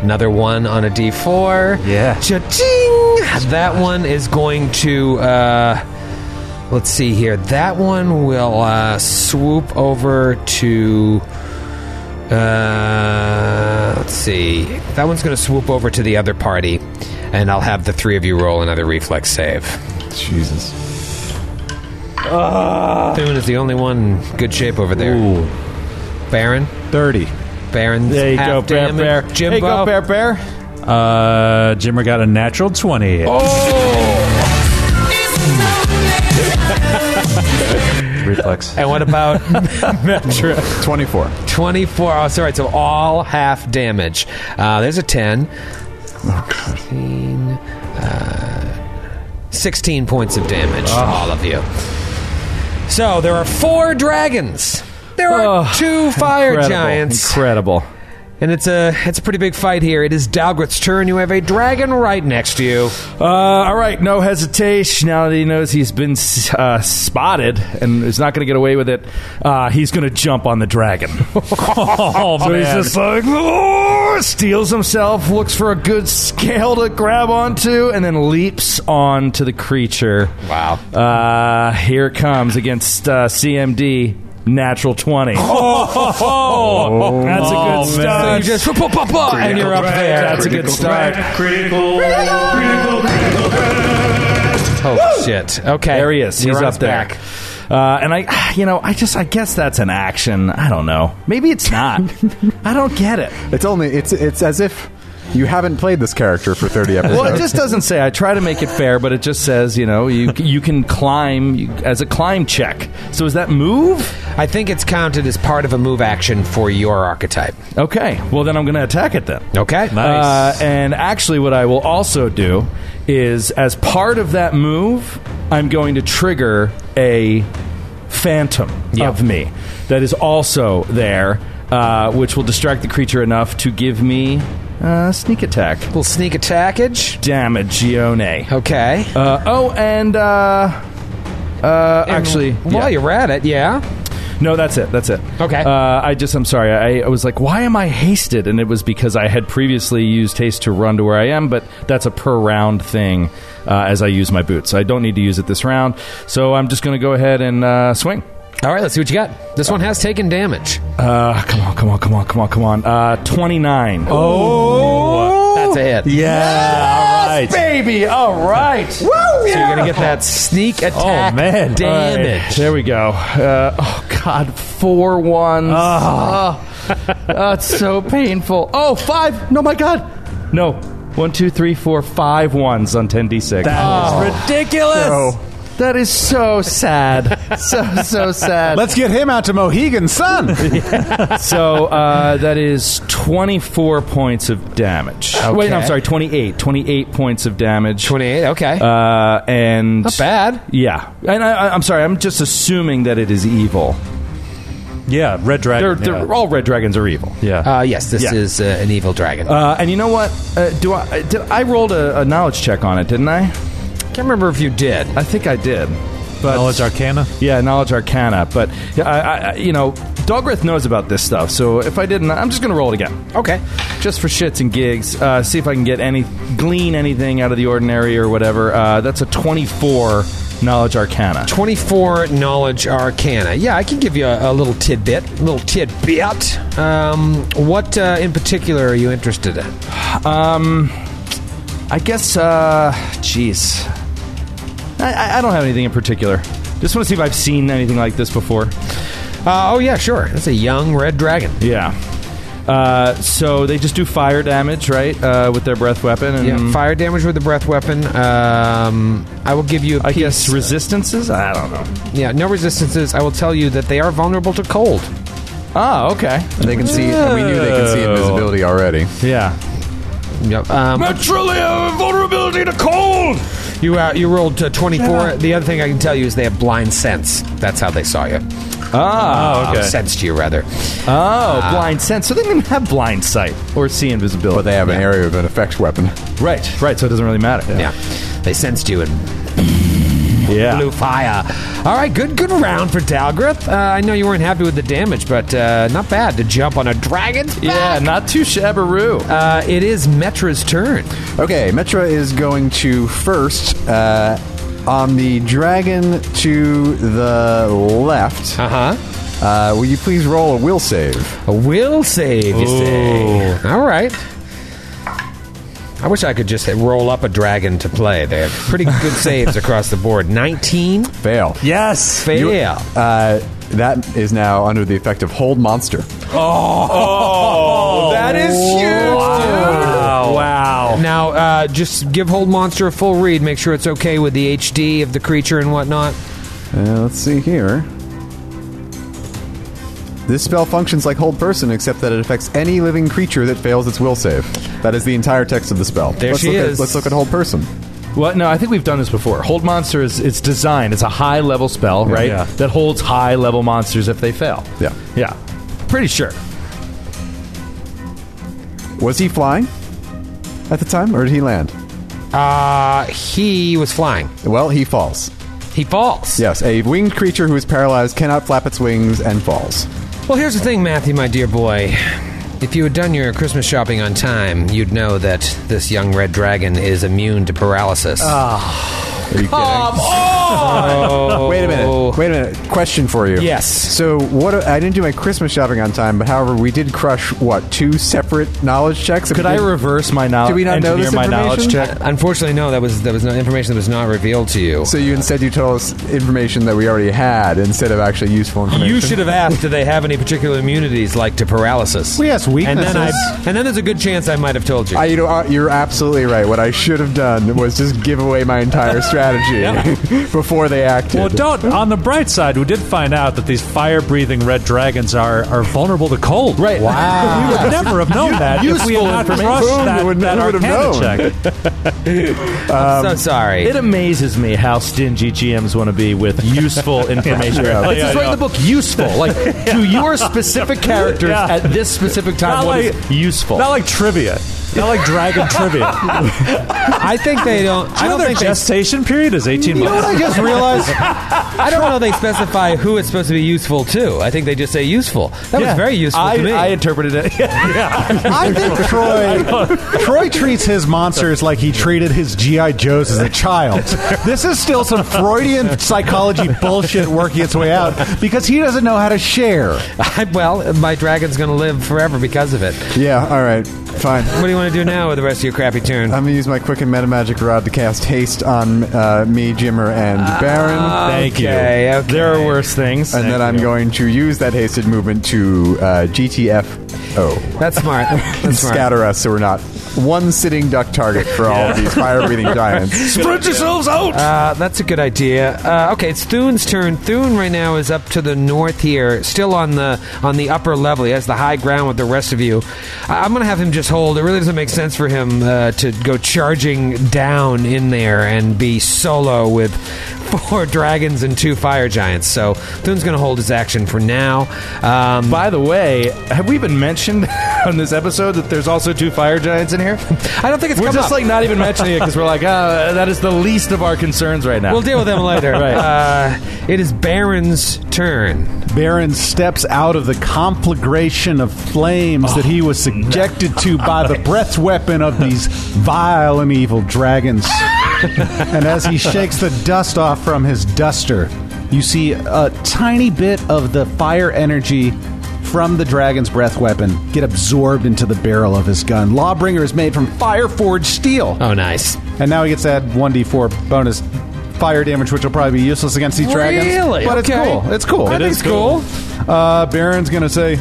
Speaker 3: Another one on a D4.
Speaker 9: Yeah.
Speaker 3: Cha-ching! That one is going to. Uh, let's see here. That one will uh, swoop over to. Uh, let's see. That one's going to swoop over to the other party, and I'll have the three of you roll another reflex save.
Speaker 4: Jesus.
Speaker 3: Thune is the only one in good shape over there. Baron,
Speaker 5: 30.
Speaker 3: Baron's
Speaker 9: There you
Speaker 3: half
Speaker 9: go, Bear
Speaker 3: damage.
Speaker 9: Bear.
Speaker 3: Jimbo.
Speaker 9: Hey, go, Bear Bear.
Speaker 8: Uh, Jimmer got a natural 20.
Speaker 4: Oh.
Speaker 8: <laughs>
Speaker 9: Reflex.
Speaker 3: And what about
Speaker 4: Twenty-four.
Speaker 3: 24? Oh, sorry, so all half damage. Uh, there's a 10. 13, uh, 16 points of damage to all of you. So there are four dragons. There are
Speaker 9: Oh,
Speaker 3: two fire giants.
Speaker 9: Incredible.
Speaker 3: And it's a it's a pretty big fight here. It is Dalgrith's turn. You have a dragon right next to you.
Speaker 9: Uh, all right, no hesitation. Now that he knows he's been uh, spotted and is not going to get away with it, uh, he's going to jump on the
Speaker 3: <laughs>
Speaker 9: dragon.
Speaker 8: Oh,
Speaker 9: So
Speaker 8: man.
Speaker 9: he's just like, "Oh," steals himself, looks for a good scale to grab onto, and then leaps onto the creature.
Speaker 3: Wow.
Speaker 9: Uh, here it comes against uh, CMD. Natural
Speaker 3: <laughs>
Speaker 9: 20.
Speaker 8: Oh, that's a good start.
Speaker 3: So you just pa- pa- pa, and you're up there.
Speaker 9: That's a good start.
Speaker 3: Oh shit. Okay.
Speaker 9: There he is.
Speaker 3: You're
Speaker 9: He's
Speaker 3: on
Speaker 9: up
Speaker 3: his
Speaker 9: there.
Speaker 3: back.
Speaker 9: Uh, and I, <sighs> you know, I just, I guess that's an action. I don't know. Maybe it's
Speaker 3: <laughs>
Speaker 9: not. I don't get it.
Speaker 4: It's only it's it's as if you haven't played this character for thirty episodes.
Speaker 9: Well, it just doesn't say. I try to make it fair, but it just says, you know, you you can climb you, as a climb check. So is that move?
Speaker 3: I think it's counted as part of a move action for your archetype.
Speaker 9: Okay. Well, then I'm going to attack it then.
Speaker 3: Okay.
Speaker 9: Uh, and actually, what I will also do is, as part of that move, I'm going to trigger a phantom of me that is also there, uh, which will distract the creature enough to give me uh, sneak attack
Speaker 3: little sneak attackage.
Speaker 9: damage, Gione.
Speaker 3: Okay.
Speaker 9: Uh, oh, and. Uh, uh, actually,
Speaker 3: While
Speaker 9: yeah.
Speaker 3: you're at it, yeah.
Speaker 9: No, that's it. That's it.
Speaker 3: Okay.
Speaker 9: Uh, I just, I'm sorry. I, I was like, why am I hasted? And it was because I had previously used haste to run to where I am, but that's a per round thing uh, as I use my boots. So I don't need to use it this round. So I'm just going to go ahead and uh, swing.
Speaker 3: All right. Let's see what you got. This one has taken damage.
Speaker 9: Uh, come on, come on, come on, come on, come on. Uh, 29. Oh.
Speaker 3: That's a hit.
Speaker 9: Yeah. All right. Baby. All right. Woo. Oh,
Speaker 3: So you're gonna get that sneak attack
Speaker 8: man.
Speaker 3: damage.
Speaker 9: There we go. Uh, oh God, four ones. <laughs> Oh. that's so painful. Oh, five. No, my God. No, one, two, three, four, five ones on ten d six. Oh.
Speaker 8: That is ridiculous.
Speaker 4: Oh.
Speaker 9: That is so sad. so so
Speaker 5: <laughs>
Speaker 9: sad.
Speaker 5: Let's get him out to Mohegan Sun.
Speaker 9: so uh, that is 24 points of damage. Wait, no, I'm
Speaker 3: Okay.
Speaker 9: sorry, 28. 28 points of damage.
Speaker 3: 28. Okay.
Speaker 9: Uh, and
Speaker 3: Not bad.
Speaker 9: Yeah, and I, I- I'm sorry. I'm just assuming that it is evil.
Speaker 8: Yeah, Red
Speaker 9: They're,
Speaker 8: Dragon. yeah.
Speaker 9: they're all red dragons are evil.
Speaker 8: yeah.
Speaker 3: Uh, yes, this
Speaker 9: Yeah.
Speaker 3: is uh, an evil dragon.
Speaker 9: Uh, and you know what? Uh, do I did I rolled a, a knowledge check on it? Didn't I?
Speaker 3: can't remember if you did.
Speaker 9: I think I did. But
Speaker 8: Knowledge Arcana.
Speaker 9: Yeah, knowledge arcana. But yeah, I, I, you know, Dogrith knows about this stuff. So if I didn't, I'm just gonna roll it again,
Speaker 3: Okay.
Speaker 9: just for shits and gigs. Uh, see if I can get any glean anything out of the ordinary or whatever. Uh, that's a 24 knowledge arcana.
Speaker 3: 24 knowledge arcana. Yeah, I can give you a, a little tidbit. A little tidbit. Um, what uh, in particular are you interested in?
Speaker 9: I guess, uh, jeez. I- I, I don't have anything in particular. Just want to see if I've seen anything like this before.
Speaker 3: Uh, oh, yeah, sure. That's a young red dragon.
Speaker 9: Yeah. Uh, so they just do fire damage, right? Uh, with their breath weapon. And
Speaker 3: Yeah, fire damage with the breath weapon. Um, I will give you a
Speaker 9: I
Speaker 3: piece.
Speaker 9: guess resistances? I don't know.
Speaker 3: yeah, no resistances. I will tell you that they are vulnerable to cold.
Speaker 9: Oh, okay.
Speaker 4: They can see. and we knew they could
Speaker 9: Oh.
Speaker 4: see invisibility already.
Speaker 9: Yeah.
Speaker 3: Yep. Um,
Speaker 9: Naturally, I have vulnerability to cold!
Speaker 3: you uh, you rolled uh, 24. The other thing I can tell you is they have blind sense. That's how they saw you.
Speaker 9: Ah,
Speaker 3: Uh, Sensed you, rather.
Speaker 9: Oh, blind sense. So they didn't have blind sight or see invisibility.
Speaker 4: But they have an area of an effects weapon.
Speaker 9: right, right. So it doesn't really matter.
Speaker 3: Yeah. They sensed you and
Speaker 9: Yeah.
Speaker 3: blue fire. All right, good good round for Dalgrith. Uh, I know you weren't happy with the damage, but uh, not bad to jump on a dragon's
Speaker 9: Yeah,
Speaker 3: back.
Speaker 9: not too shabbaroo.
Speaker 3: Uh, it is Metra's turn.
Speaker 4: Okay, Metra is going to first uh, on the dragon to the left.
Speaker 3: Uh
Speaker 9: Uh-huh.
Speaker 3: huh.
Speaker 4: Uh, will you please roll a will save?
Speaker 3: A will save, you say. All right. I wish I could just roll up a dragon to play. They have pretty good <laughs> saves across the board. 19,
Speaker 4: Fail.
Speaker 8: Yes.
Speaker 3: fail.
Speaker 4: Uh, that is now under the effect of hold monster.
Speaker 9: Oh, that is
Speaker 8: Wow. Wow.
Speaker 3: Now, uh, just give Hold Monster a full read. Make sure it's okay with the HD of the creature and whatnot.
Speaker 4: Uh, let's see here. This spell functions like hold person, except that it affects any living creature that fails its will save. That is the entire text of the spell.
Speaker 3: There
Speaker 4: let's
Speaker 3: she
Speaker 4: look
Speaker 3: is.
Speaker 4: At, let's look at hold person.
Speaker 9: Well, no, I think we've done this before. Hold monster is it's designed. It's a high level spell, right?
Speaker 8: Yeah.
Speaker 9: That holds high level monsters if they fail.
Speaker 4: Yeah.
Speaker 9: Yeah. Pretty sure.
Speaker 4: Was he flying at the time, or did he land?
Speaker 3: Uh, he was flying.
Speaker 4: Well, he falls.
Speaker 3: He falls.
Speaker 4: Yes, a winged creature who is paralyzed cannot flap its wings and falls.
Speaker 3: Well, here's the thing, Matthew, my dear boy. If you had done your Christmas shopping on time, you'd know that this young red dragon is immune to paralysis.
Speaker 4: Are you <laughs> kidding? Wait a minute. Wait a minute. Question for you.
Speaker 3: Yes.
Speaker 4: So what? I didn't do my Christmas shopping on time, but however, we did crush what two separate knowledge checks.
Speaker 9: Could I reverse my knowledge?
Speaker 4: Did we not know
Speaker 9: engineer
Speaker 4: this
Speaker 9: my knowledge
Speaker 4: information?
Speaker 9: check?
Speaker 3: Uh, Unfortunately, no. That was that was no information that was not revealed to you.
Speaker 4: So you instead you told us information that we already had instead of actually useful information.
Speaker 3: You should have asked, do they have any particular immunities like to paralysis?
Speaker 5: We asked
Speaker 3: And then, I,
Speaker 5: weaknesses.
Speaker 3: and then there's a good chance I might have told you.
Speaker 4: I, you know, uh, you're absolutely right. What I should have done was just give away my entire strategy <laughs> before they acted.
Speaker 8: Well, don't. On the bright side, we did find out that these fire-breathing red dragons are, are vulnerable to cold. Right. Wow. we would never
Speaker 4: <laughs>
Speaker 8: have known that if we had not crushed
Speaker 4: Boom,
Speaker 8: that,
Speaker 4: would-
Speaker 8: that
Speaker 4: who would have
Speaker 8: arcana
Speaker 4: known?
Speaker 8: check.
Speaker 3: I'm so sorry.
Speaker 9: It amazes me how stingy GMs want to be <laughs> with useful information. It's
Speaker 8: Yeah,
Speaker 9: just
Speaker 8: yeah.
Speaker 9: right in the book, useful. Like <laughs> to your <laughs> specific characters
Speaker 8: Yeah.
Speaker 9: at this specific time,
Speaker 8: Not
Speaker 9: what
Speaker 8: like-
Speaker 9: is useful?
Speaker 8: Not like trivia. Not like dragon trivia.
Speaker 3: I think they don't. I
Speaker 8: I know
Speaker 3: don't
Speaker 8: their
Speaker 3: think they
Speaker 8: gestation period is 18 months.
Speaker 4: I just realized
Speaker 3: I don't know they specify who it's supposed to be useful to. I think they just say useful. That
Speaker 9: Yeah.
Speaker 3: was very useful
Speaker 9: I,
Speaker 3: to me.
Speaker 9: I interpreted it.
Speaker 5: I think Troy Troy treats his monsters like he treated his GI Joes as a child. This is still some Freudian psychology bullshit working its way out because he doesn't know how to share.
Speaker 3: <laughs> I- well, my dragon's going to live forever because of it.
Speaker 4: Yeah, all right, fine.
Speaker 3: What do you want to do now with the rest of your crappy turn?
Speaker 4: I'm gonna use my quick and meta magic rod to cast haste on uh, me, Jimmer, and
Speaker 3: Ah.
Speaker 4: Baron,
Speaker 8: Thank you.
Speaker 3: okay, okay.
Speaker 9: There are worse things.
Speaker 4: and then I'm going to use that hasted movement to uh, GTFO.
Speaker 3: That's smart. That's smart.
Speaker 4: Scatter us so we're not one sitting duck target for all of these fire breathing
Speaker 3: <laughs>
Speaker 4: giants.
Speaker 9: Spread yourselves out.
Speaker 3: Uh, that's a good idea. Uh, okay, it's Thune's turn. Thune right now is up to the north here, still on the on the upper level. He has the high ground with the rest of you. I- I'm going to have him just hold. It really doesn't make sense for him uh, to go charging down in there and be solo with <laughs> four dragons and two fire giants. So Thune's going to hold his action for now. Um,
Speaker 9: By the way, have we been mentioned <laughs> on this episode that there's also two fire giants in here?
Speaker 3: I don't think it's
Speaker 9: We're
Speaker 3: come
Speaker 9: just
Speaker 3: up.
Speaker 9: like not even mentioning it because we're like, ah, that is the least of our concerns right now.
Speaker 3: We'll deal with them
Speaker 9: <laughs>
Speaker 3: later. uh, it is Baron's turn.
Speaker 5: Baron steps out of the conflagration of flames that he was subjected to by the breath weapon of these vile and evil dragons. and as he shakes the dust off from his duster, you see a tiny bit of the fire energy from the dragon's breath weapon get absorbed into the barrel of his gun. Lawbringer is made from fire forged steel.
Speaker 3: Oh, nice.
Speaker 5: And now he gets to add 1d4 bonus fire damage, which will probably be useless against these
Speaker 3: Really?
Speaker 5: dragons. But
Speaker 3: Okay.
Speaker 5: it's cool. It's cool.
Speaker 3: I think it's cool.
Speaker 5: Uh, Baron's going to say,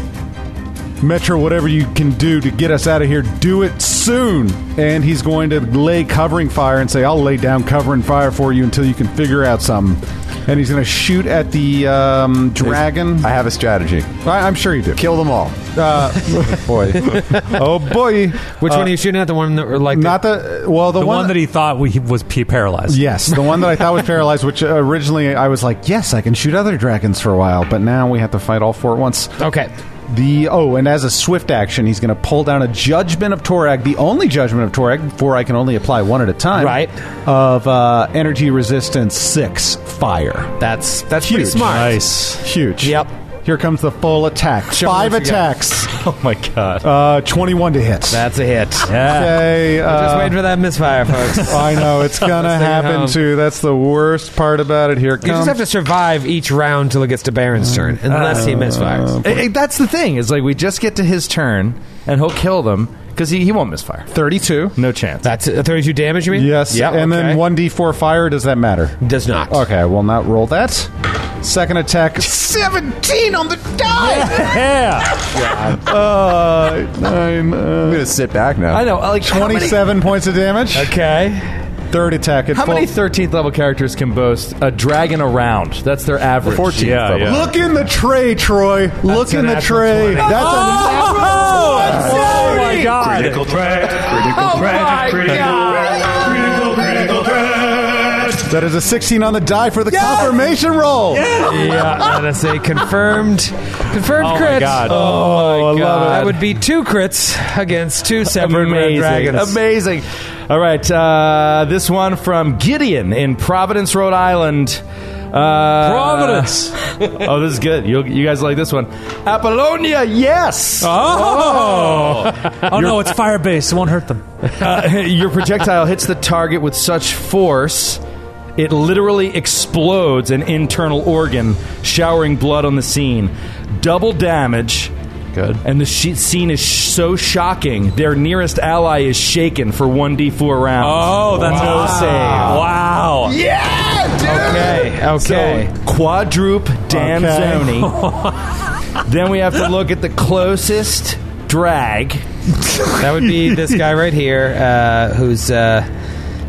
Speaker 5: Metro, whatever you can do to get us out of here, do it soon. And he's going to lay covering fire and say, I'll lay down covering fire for you until you can figure out something. And he's going to shoot at the um, dragon.
Speaker 4: I
Speaker 5: I,
Speaker 4: have a strategy.
Speaker 5: I'm sure you do.
Speaker 4: Kill them all.
Speaker 5: Uh,
Speaker 10: <laughs>
Speaker 5: boy. oh, boy. Uh,
Speaker 3: Which one are you shooting at? The one that or like the-
Speaker 5: Not the, well, the,
Speaker 8: The one, that he thought we, he was he paralyzed.
Speaker 5: Yes, the one that I thought was paralyzed, which originally I was like, yes, I can shoot other dragons for a while, but now we have to fight all four at once.
Speaker 3: Okay.
Speaker 5: The oh, and as a swift action, he's going to pull down a judgment of Torag, the only judgment of Torag, for I can only apply one at a time.
Speaker 3: Right.
Speaker 5: Of uh, energy resistance six fire,
Speaker 3: That's that's
Speaker 5: Huge.
Speaker 3: pretty smart.
Speaker 8: Nice.
Speaker 5: huge.
Speaker 3: Yep.
Speaker 5: Here comes the full attack.
Speaker 3: me
Speaker 5: Five
Speaker 3: what you got.
Speaker 5: attacks.
Speaker 9: oh my god.
Speaker 5: Uh, Twenty-one to hit.
Speaker 3: That's a hit.
Speaker 5: okay.
Speaker 3: Just
Speaker 5: uh,
Speaker 3: waiting for that misfire, folks. you
Speaker 5: <laughs> I know it's
Speaker 3: <laughs>
Speaker 5: gonna
Speaker 3: Let's take it home.
Speaker 5: happen too. That's the worst part about it. Here it
Speaker 3: just
Speaker 5: comes.
Speaker 3: have to survive each round till it gets to Baron's turn, unless he misfires.
Speaker 9: Eh, eh, that's the thing is like we just get to his turn and he'll kill them because he, he won't misfire.
Speaker 5: Thirty-two.
Speaker 9: No chance.
Speaker 3: That's a 32 damage, you mean?
Speaker 5: Yes.
Speaker 3: Yeah.
Speaker 5: and
Speaker 3: okay.
Speaker 5: then 1d4 fire. Does that matter?
Speaker 3: does not.
Speaker 5: Okay, I will not roll that. Second attack. 17 on the die!
Speaker 8: Yeah.
Speaker 5: Uh, nine, uh,
Speaker 4: I'm going to sit back now.
Speaker 9: I know. Like how many-
Speaker 5: 27 points of damage.
Speaker 3: Okay.
Speaker 5: Third attack at
Speaker 9: How
Speaker 5: full.
Speaker 9: many 13th level characters can boast a dragon around? That's their average.
Speaker 4: 14th
Speaker 8: Yeah,
Speaker 4: level.
Speaker 8: yeah.
Speaker 5: Look in the tray, Troy. Look in the tray. That's
Speaker 9: Oh,
Speaker 5: a natural
Speaker 8: Oh my god.
Speaker 6: Critical threat. Critical threat. Critical Critical, critical threat.
Speaker 5: That is a 16 on the die for the confirmation roll.
Speaker 3: <laughs> Yeah, that's a confirmed, confirmed
Speaker 8: Oh
Speaker 3: crit.
Speaker 8: my god.
Speaker 5: Oh, I love
Speaker 3: That
Speaker 5: it.
Speaker 3: would be two crits against two separate red
Speaker 9: Amazing.
Speaker 3: dragons.
Speaker 9: Amazing. All right. Uh, this one from Gideon in Providence, Rhode Island. Uh,
Speaker 8: Providence.
Speaker 9: oh, this is good. you you guys like this one. Apollonia, yes.
Speaker 8: Oh. Oh no, it's fire based. It won't hurt them.
Speaker 9: Uh, your projectile hits the target with such force, it literally explodes an internal organ, showering blood on the scene. Double damage. Good. And the sh- scene is sh- so shocking. Their nearest ally is shaken for 1d4 rounds.
Speaker 8: Oh, that's
Speaker 9: no save.
Speaker 8: Wow.
Speaker 9: Okay,
Speaker 3: okay.
Speaker 9: So, quadruple Danzoni.
Speaker 8: <laughs>
Speaker 9: then we have to look at the closest drag.
Speaker 3: That would be this guy right here, uh, who's uh,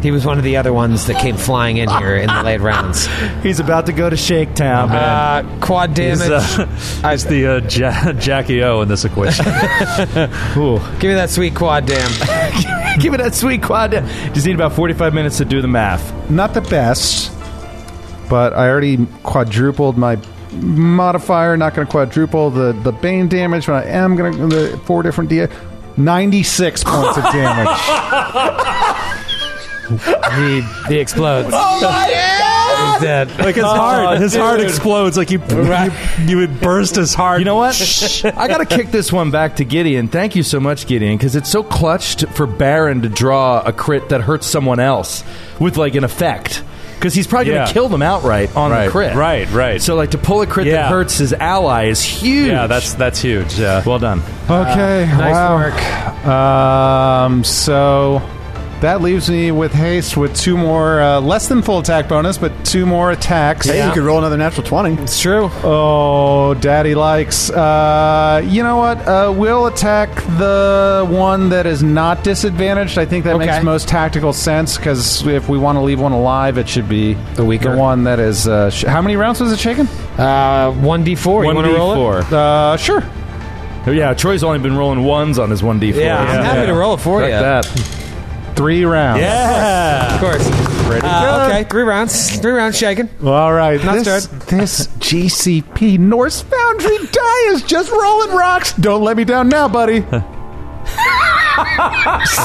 Speaker 3: he was one of the other ones that came flying in here in the late rounds.
Speaker 9: He's about to go to Shake Town, man.
Speaker 3: Uh, quad damage.
Speaker 8: It's, uh, it's the uh, ja- Jackie O in this
Speaker 3: <laughs>
Speaker 8: equation.
Speaker 3: Give me that sweet quad
Speaker 9: <laughs>
Speaker 3: dam.
Speaker 9: Give it that sweet quad. Just need about 45 minutes to do the math.
Speaker 5: Not the best, but I already quadrupled my modifier. Not going to quadruple the, the bane damage, but I am going to the four different d <laughs> 96 points of damage.
Speaker 3: he, he explodes. Oh my He's dead.
Speaker 8: like his heart, his heart explodes. Like you,
Speaker 3: Right.
Speaker 8: you, you would burst his heart.
Speaker 9: You know what? I got to kick this one back to Gideon. Thank you so much, Gideon, because it's so clutched for Baron to draw a crit that hurts someone else with like an effect. Because he's probably going
Speaker 8: Yeah.
Speaker 9: to kill them outright on the
Speaker 4: Right.
Speaker 9: crit.
Speaker 8: Right, right.
Speaker 9: So, like, to pull a crit that
Speaker 8: Yeah.
Speaker 9: hurts his ally is huge.
Speaker 8: yeah, that's uh, that's huge. Yeah.
Speaker 9: Well done.
Speaker 5: Okay, wow. Um, so
Speaker 4: That leaves me with haste with two more, uh, less than full attack bonus, but two more attacks.
Speaker 10: Hey, you could roll another natural 20.
Speaker 4: It's true. Oh, daddy likes. Uh, you know what? Uh, we'll attack the one that is not disadvantaged. I think that makes most tactical sense because if we want to leave one alive, it should be the
Speaker 11: weaker.
Speaker 4: one that is. Uh, sh- how many rounds was it shaken?
Speaker 11: Uh, 1d4. You want to roll it?
Speaker 4: Uh, sure.
Speaker 9: Yeah, Troy's only been rolling ones on his one d four.
Speaker 12: Yeah, I'm happy to roll it for you.
Speaker 9: that.
Speaker 4: Three rounds.
Speaker 12: Of course. Uh, okay, three rounds. Three rounds shaking.
Speaker 4: All right. this,
Speaker 12: stirred.
Speaker 4: <laughs> this GCP Norse Foundry die is just rolling rocks. Don't let me down now,
Speaker 12: <laughs>
Speaker 4: buddy.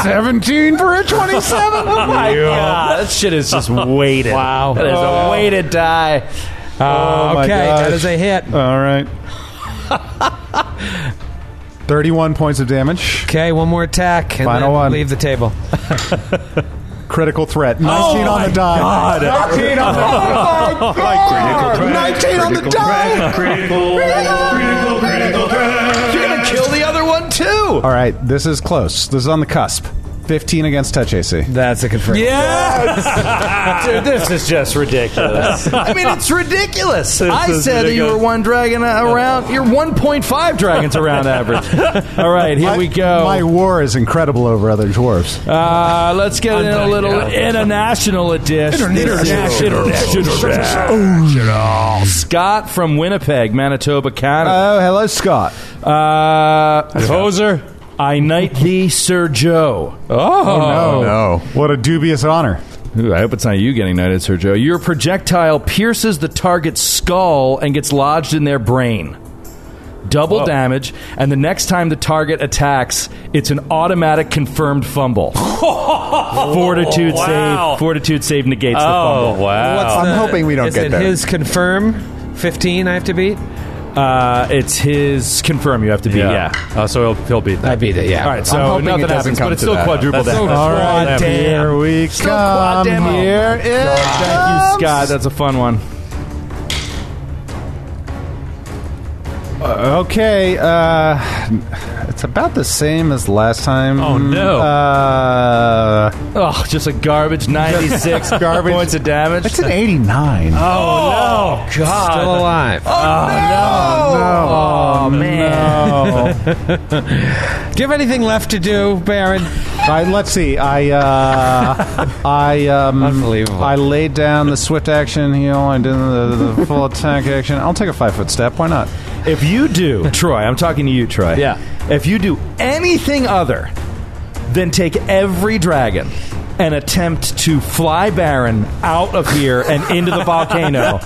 Speaker 4: 17 for a
Speaker 12: <laughs>
Speaker 4: 27. Oh my
Speaker 9: Ah, that shit is <laughs> just weighted. wow, that is a weighted die.
Speaker 4: Oh my
Speaker 12: okay, that
Speaker 4: gosh.
Speaker 12: is a hit.
Speaker 4: All right. 31 points of damage.
Speaker 12: Okay, one more attack. And
Speaker 4: Final
Speaker 12: then
Speaker 4: one.
Speaker 12: Leave the table.
Speaker 4: Critical threat.
Speaker 5: Oh
Speaker 4: 19
Speaker 8: Oh
Speaker 4: on the die. 19 on the die. Oh my God. 19 on the die.
Speaker 13: Critical, critical, critical threat.
Speaker 9: You're gonna kill the other one too.
Speaker 4: All right, this is close. This is on the cusp. 15 against touch AC.
Speaker 12: That's a confirm.
Speaker 11: Dude, this is just ridiculous.
Speaker 9: <laughs> I mean, it's ridiculous.
Speaker 11: This
Speaker 9: I
Speaker 11: is
Speaker 9: said that you
Speaker 11: ridiculous.
Speaker 9: were one dragon around. You're 1.5 dragons around average. All right, here we go.
Speaker 4: My war is incredible over other dwarves.
Speaker 9: Uh, let's get in a
Speaker 11: done
Speaker 9: little
Speaker 11: now.
Speaker 9: international edition. International. Scott from Winnipeg, Manitoba, Canada.
Speaker 4: Oh, hello, Scott.
Speaker 9: Uh, Hoser. I knight thee, Sir Joe. Oh,
Speaker 10: No.
Speaker 4: What a dubious honor.
Speaker 9: Ooh, I hope it's not you getting knighted, Sir Joe. Your projectile pierces the target's skull and gets lodged in their brain. Double damage, and the next time the target attacks, it's an automatic confirmed fumble.
Speaker 11: <laughs>
Speaker 9: fortitude
Speaker 11: Wow.
Speaker 9: save. Fortitude save negates the
Speaker 11: Oh,
Speaker 9: fumble.
Speaker 11: wow.
Speaker 4: Uh,
Speaker 10: I'm hoping we don't
Speaker 12: uh, is
Speaker 10: get
Speaker 12: it
Speaker 10: there.
Speaker 12: his confirm? 15 I have to beat?
Speaker 9: Uh, it's his confirm. You have to be. Yeah.
Speaker 11: Uh, so he'll, he'll beat that.
Speaker 12: I beat it, yeah.
Speaker 9: All right.
Speaker 10: I'm
Speaker 9: So
Speaker 10: hoping it
Speaker 9: nothing
Speaker 10: doesn't
Speaker 9: happens,
Speaker 10: come
Speaker 9: but it's
Speaker 10: to
Speaker 9: still
Speaker 10: that.
Speaker 9: quadruple
Speaker 11: That's
Speaker 9: damage.
Speaker 11: so-
Speaker 4: All
Speaker 11: quad
Speaker 4: right,
Speaker 11: damn.
Speaker 4: here we
Speaker 9: quad
Speaker 4: come.
Speaker 9: demo.
Speaker 4: Here it
Speaker 9: Thank you,
Speaker 4: comes.
Speaker 9: Scott. That's a fun one.
Speaker 4: Okay, uh, it's about the same as last time.
Speaker 8: Oh, no.
Speaker 4: Uh,
Speaker 9: Oh, just a
Speaker 11: <laughs>
Speaker 9: garbage 96
Speaker 4: Garbage.
Speaker 9: points of damage.
Speaker 4: it's an 89. Oh,
Speaker 9: oh, God.
Speaker 12: Still alive.
Speaker 4: no.
Speaker 9: Oh, man.
Speaker 4: No.
Speaker 12: Do you have anything left to do, Baron?
Speaker 4: All right, let's see. I, uh, I, um,
Speaker 12: Unbelievable.
Speaker 4: I laid down the swift action heal. I did the, the full attack action. I'll take a five foot step. Why not?
Speaker 9: If you do, Troy, I'm talking to you, Troy.
Speaker 11: Yeah.
Speaker 9: If you do anything other than take every dragon and attempt to fly Baron out of here and into the volcano,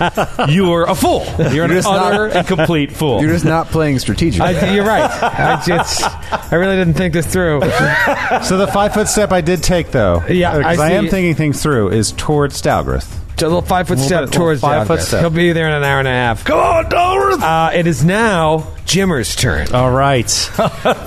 Speaker 9: you're a fool. You're an utter and complete fool.
Speaker 10: You're just not playing strategic.
Speaker 12: I, you're right. I just, I really didn't think this through.
Speaker 4: So the five foot step I did take though,
Speaker 12: Yeah,
Speaker 4: uh, 'cause
Speaker 12: I
Speaker 4: I, am
Speaker 12: see.
Speaker 4: thinking things through, is towards Stalgrith.
Speaker 12: A little five foot
Speaker 4: Little
Speaker 12: step
Speaker 4: bit-
Speaker 12: towards
Speaker 4: little five-foot
Speaker 12: Dalgrith.
Speaker 4: step.
Speaker 12: He'll be there in an hour and a half. Come on, Dalgrith! Uh, it is now Jimmer's turn.
Speaker 8: All right. <laughs>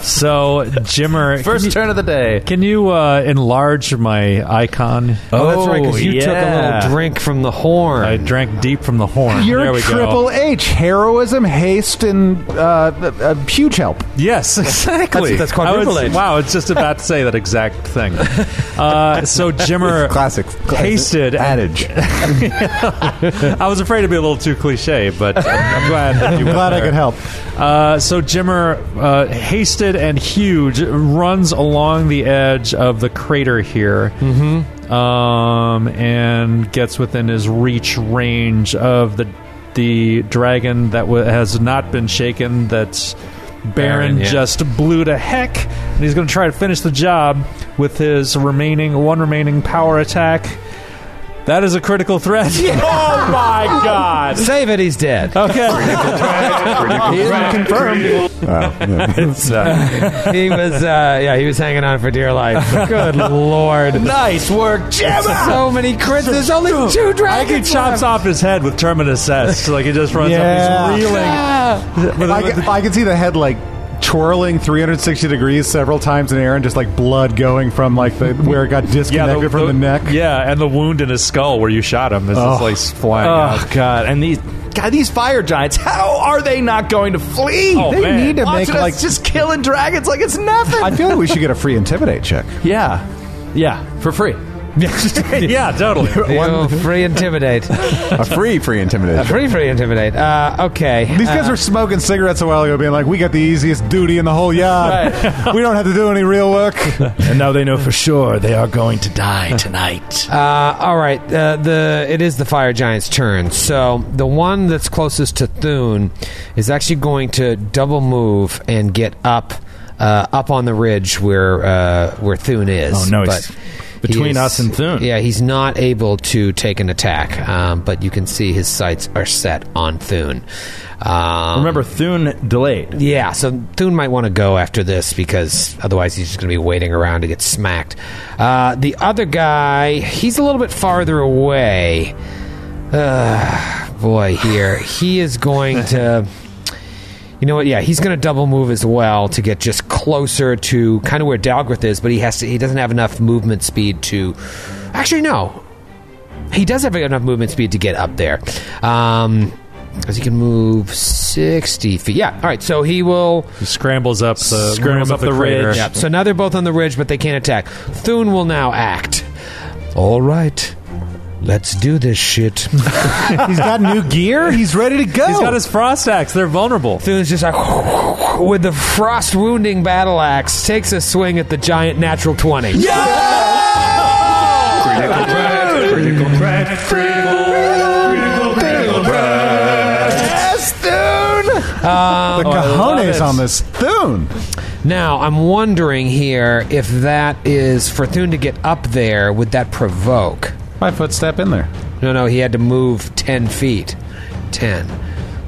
Speaker 8: so, Jimmer.
Speaker 9: First
Speaker 8: can you,
Speaker 9: turn of the day.
Speaker 8: can you uh, enlarge my icon?
Speaker 12: Oh, that's right, because you took a
Speaker 9: yeah.
Speaker 12: little drink from the horn.
Speaker 8: I drank deep from the horn.
Speaker 4: You're
Speaker 8: there we
Speaker 4: triple
Speaker 8: go.
Speaker 4: H, heroism, haste, and uh, uh, uh, huge help.
Speaker 8: Yes, exactly.
Speaker 12: That's- that's
Speaker 8: I
Speaker 12: quadruple
Speaker 8: was-
Speaker 12: H.
Speaker 8: Wow, it's just about to say that exact thing. Uh, so Jimmer
Speaker 10: Classic.
Speaker 8: hasted.
Speaker 10: adage.
Speaker 8: I was afraid to be a little too cliche, but I'm glad that you.
Speaker 4: I'm glad I could help.
Speaker 8: Uh, so Jimmer, uh, hasted and huge, runs along the edge of the crater here, mm-hmm. um, and gets within his reach range of the the dragon that w- has not been shaken. That's Baron,
Speaker 12: Baron, yeah.
Speaker 8: just blew to heck, and he's going to try to finish the job with his remaining one remaining power attack. That is a critical threat.
Speaker 9: Oh, my God.
Speaker 12: Save it, he's dead.
Speaker 8: <laughs> Okay.
Speaker 12: he was, uh, yeah, he was hanging on for dear life.
Speaker 3: <laughs>
Speaker 12: Good lord.
Speaker 9: Nice work, Jimmer.
Speaker 12: So many crits. There's only two
Speaker 8: I
Speaker 12: dragons.
Speaker 8: think he chops
Speaker 12: left.
Speaker 8: off his head with Terminus S. Like it just runs
Speaker 4: Yeah.
Speaker 8: up. He's
Speaker 9: <laughs>
Speaker 8: reeling. <laughs> With-
Speaker 4: I,
Speaker 8: with
Speaker 4: can, I can see the head like twirling 360 degrees several times in air, and just like blood going from like the where it got disconnected from the, neck.
Speaker 8: Yeah, and the wound in his skull where you shot him is just
Speaker 4: Oh.
Speaker 8: like flying out.
Speaker 9: Oh, God. And these. God, these fire giants, how are they not going to flee?
Speaker 8: Oh,
Speaker 4: they
Speaker 8: man.
Speaker 4: need to
Speaker 9: Watching
Speaker 4: make
Speaker 9: us
Speaker 4: like.
Speaker 9: just killing dragons like it's nothing.
Speaker 4: I feel like we should get a free intimidate check.
Speaker 9: yeah. Yeah, for free.
Speaker 8: yeah, totally.
Speaker 3: One free intimidate.
Speaker 4: A free free intimidation.
Speaker 3: free free intimidate. Uh, okay.
Speaker 12: These guys were smoking cigarettes a while ago, being like, "We got the easiest duty in the whole yard. we don't have to do any real work."
Speaker 9: <laughs> and now they know for sure they are going to die tonight.
Speaker 3: Uh, all right, uh, the it is the fire giant's turn. So the one that's closest to Thune is actually going to double move and get up, uh, up on the ridge where uh, where Thune is.
Speaker 9: Oh, no, he's
Speaker 3: he
Speaker 9: between us and Thune.
Speaker 3: Yeah, he's not able to take an attack, um, but you can see his sights are set on Thune. Um,
Speaker 9: Remember, Thune delayed.
Speaker 3: yeah, so Thune might want to go after this because otherwise he's just going to be waiting around to get smacked. Uh, the other guy, he's a little bit farther away. Uh, boy, here. He is going to. You know what? Yeah, he's going to double move as well to get just closer to kind of where Dalgrith is, but he has to. He doesn't have enough movement speed to. Actually, no. He does have enough movement speed to get up there, um, because he can move sixty feet. Yeah. All right. So he will.
Speaker 8: He scrambles up the
Speaker 9: Scrambles up the
Speaker 8: crater.
Speaker 9: ridge.
Speaker 3: Yeah. So now they're both on the ridge, but they can't attack. Thune will now act. All right. Let's do
Speaker 9: <laughs>
Speaker 3: this shit.
Speaker 12: He's got new gear. He's ready to go.
Speaker 8: He's got his frost axe. They're vulnerable.
Speaker 3: Thune's just like with the frost wounding battle axe takes a swing at the giant natural twenty.
Speaker 6: Critical crash. Critical crash. Critical. Critical. Critical crash.
Speaker 12: the cojones on this Thune.
Speaker 3: Now I'm wondering here if that is for Thune to get up there. Would that provoke?
Speaker 5: My footstep in there.
Speaker 3: No, no. He had to move ten feet. Ten.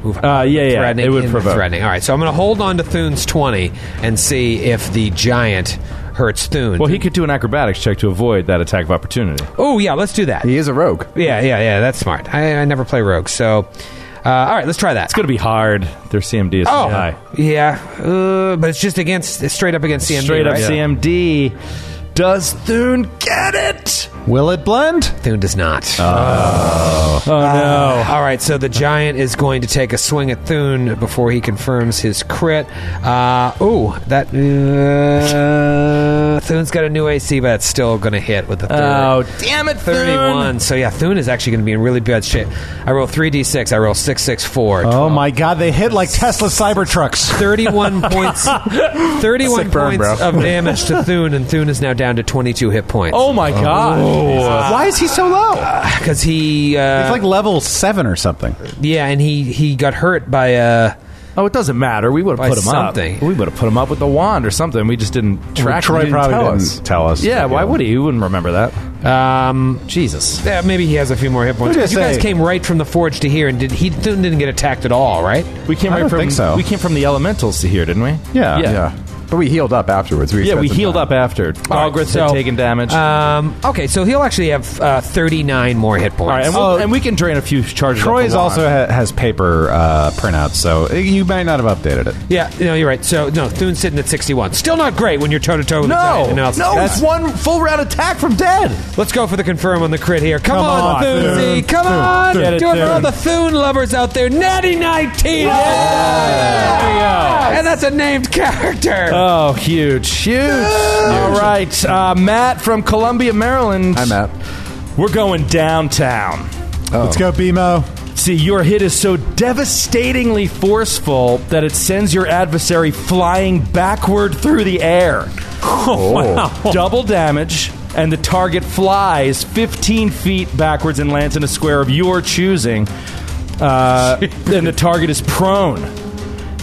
Speaker 3: Move
Speaker 9: Uh, yeah, yeah,
Speaker 3: Threatening
Speaker 9: it would
Speaker 3: in the
Speaker 9: provoke.
Speaker 3: Threatening. All right. So I'm going to hold on to Thune's twenty and see if the giant hurts Thune.
Speaker 9: Well, he could do an acrobatics check to avoid that attack of opportunity.
Speaker 3: Oh yeah, let's do that.
Speaker 4: He is a rogue.
Speaker 3: Yeah, yeah, yeah. That's smart. I, I never play rogue, so uh, all right, let's try that.
Speaker 9: It's going to be hard. Their CMD is
Speaker 3: Oh,
Speaker 9: high.
Speaker 3: yeah, uh, but it's just against it's straight up against CMD.
Speaker 9: Straight up
Speaker 3: right?
Speaker 9: CMD. Does Thune get it?
Speaker 5: Will it blend?
Speaker 3: Thune does not.
Speaker 8: Oh, no.
Speaker 3: Uh, all right, so the giant is going to take a swing at Thune before he confirms his crit. Uh, ooh, that uh, Thune's got a new AC, but it's still going to hit with the third.
Speaker 9: Oh, damn it, Thune.
Speaker 3: 31. So yeah, Thune is actually going to be in really bad shape. I roll 3d6. I roll 664. <laughs>
Speaker 12: Oh my God! They hit like Tesla Cybertrucks.
Speaker 3: 31
Speaker 9: <laughs>
Speaker 3: points 31
Speaker 4: burn,
Speaker 3: points
Speaker 4: bro.
Speaker 3: of damage to Thune and Thune is now down to 22 hit points
Speaker 9: Oh, my God.
Speaker 12: Why is he so low?
Speaker 3: because he uh,
Speaker 12: It's like level seven or something.
Speaker 3: yeah and he he got hurt by uh
Speaker 9: Oh, it doesn't matter. We would
Speaker 3: By
Speaker 9: have put him up.
Speaker 3: something.
Speaker 9: We would have put him up with the wand or something. We just didn't track. him.
Speaker 12: Troy
Speaker 9: He didn't
Speaker 12: probably
Speaker 9: tell
Speaker 12: didn't
Speaker 9: us.
Speaker 12: tell us.
Speaker 9: Yeah, why would he? He wouldn't remember that.
Speaker 3: um
Speaker 9: Jesus.
Speaker 3: yeah, maybe he has a few more hit points.
Speaker 12: Who'd you
Speaker 3: You guys
Speaker 12: say?
Speaker 3: came right from the forge to here, and did he Thune didn't get attacked at all, right?
Speaker 9: We came right
Speaker 12: I don't
Speaker 9: from
Speaker 12: think so.
Speaker 9: we came from the elementals to here, didn't we? Yeah.
Speaker 12: Yeah.
Speaker 4: Yeah. But we healed up afterwards. We
Speaker 9: Yeah,
Speaker 4: spent
Speaker 9: we
Speaker 4: some
Speaker 9: healed
Speaker 4: time.
Speaker 9: up after. Algrith had
Speaker 3: so-
Speaker 9: taken
Speaker 12: uh,
Speaker 9: damage.
Speaker 3: Um, okay, so he'll actually have uh, 39 more hit points.
Speaker 9: All right, and, we'll, and we can drain a few charges. off
Speaker 12: Troy's
Speaker 9: the wand.
Speaker 12: also ha- has paper uh, printouts, so you might not have updated it.
Speaker 3: yeah, no, you're right. So, no, Thune's sitting at 61. Still not great when you're toe to toe with the giant
Speaker 9: No,
Speaker 3: and else-
Speaker 9: no,
Speaker 3: That's-
Speaker 9: it's one full round attack from dead.
Speaker 3: Let's go for the confirm on the crit here. Come,
Speaker 12: Come
Speaker 3: on,
Speaker 12: on,
Speaker 3: Thune Z.
Speaker 12: Thune.
Speaker 3: Come
Speaker 12: Thune.
Speaker 3: on.
Speaker 12: Get it,
Speaker 3: Do it for all
Speaker 12: Thune.
Speaker 3: the Thune lovers out there. Natty 19. And that's a named character.
Speaker 9: Oh, huge, huge! All right, uh, Matt from Columbia, Maryland.
Speaker 4: Hi, Matt.
Speaker 9: We're going downtown.
Speaker 12: Let's go, BMO.
Speaker 9: See, your hit is so devastatingly forceful that it sends your adversary flying backward through the air.
Speaker 3: Oh.
Speaker 9: <laughs> Double damage, and the target flies 15 feet backwards and lands in a square of your choosing.
Speaker 3: <laughs>
Speaker 9: Uh, and the target is prone.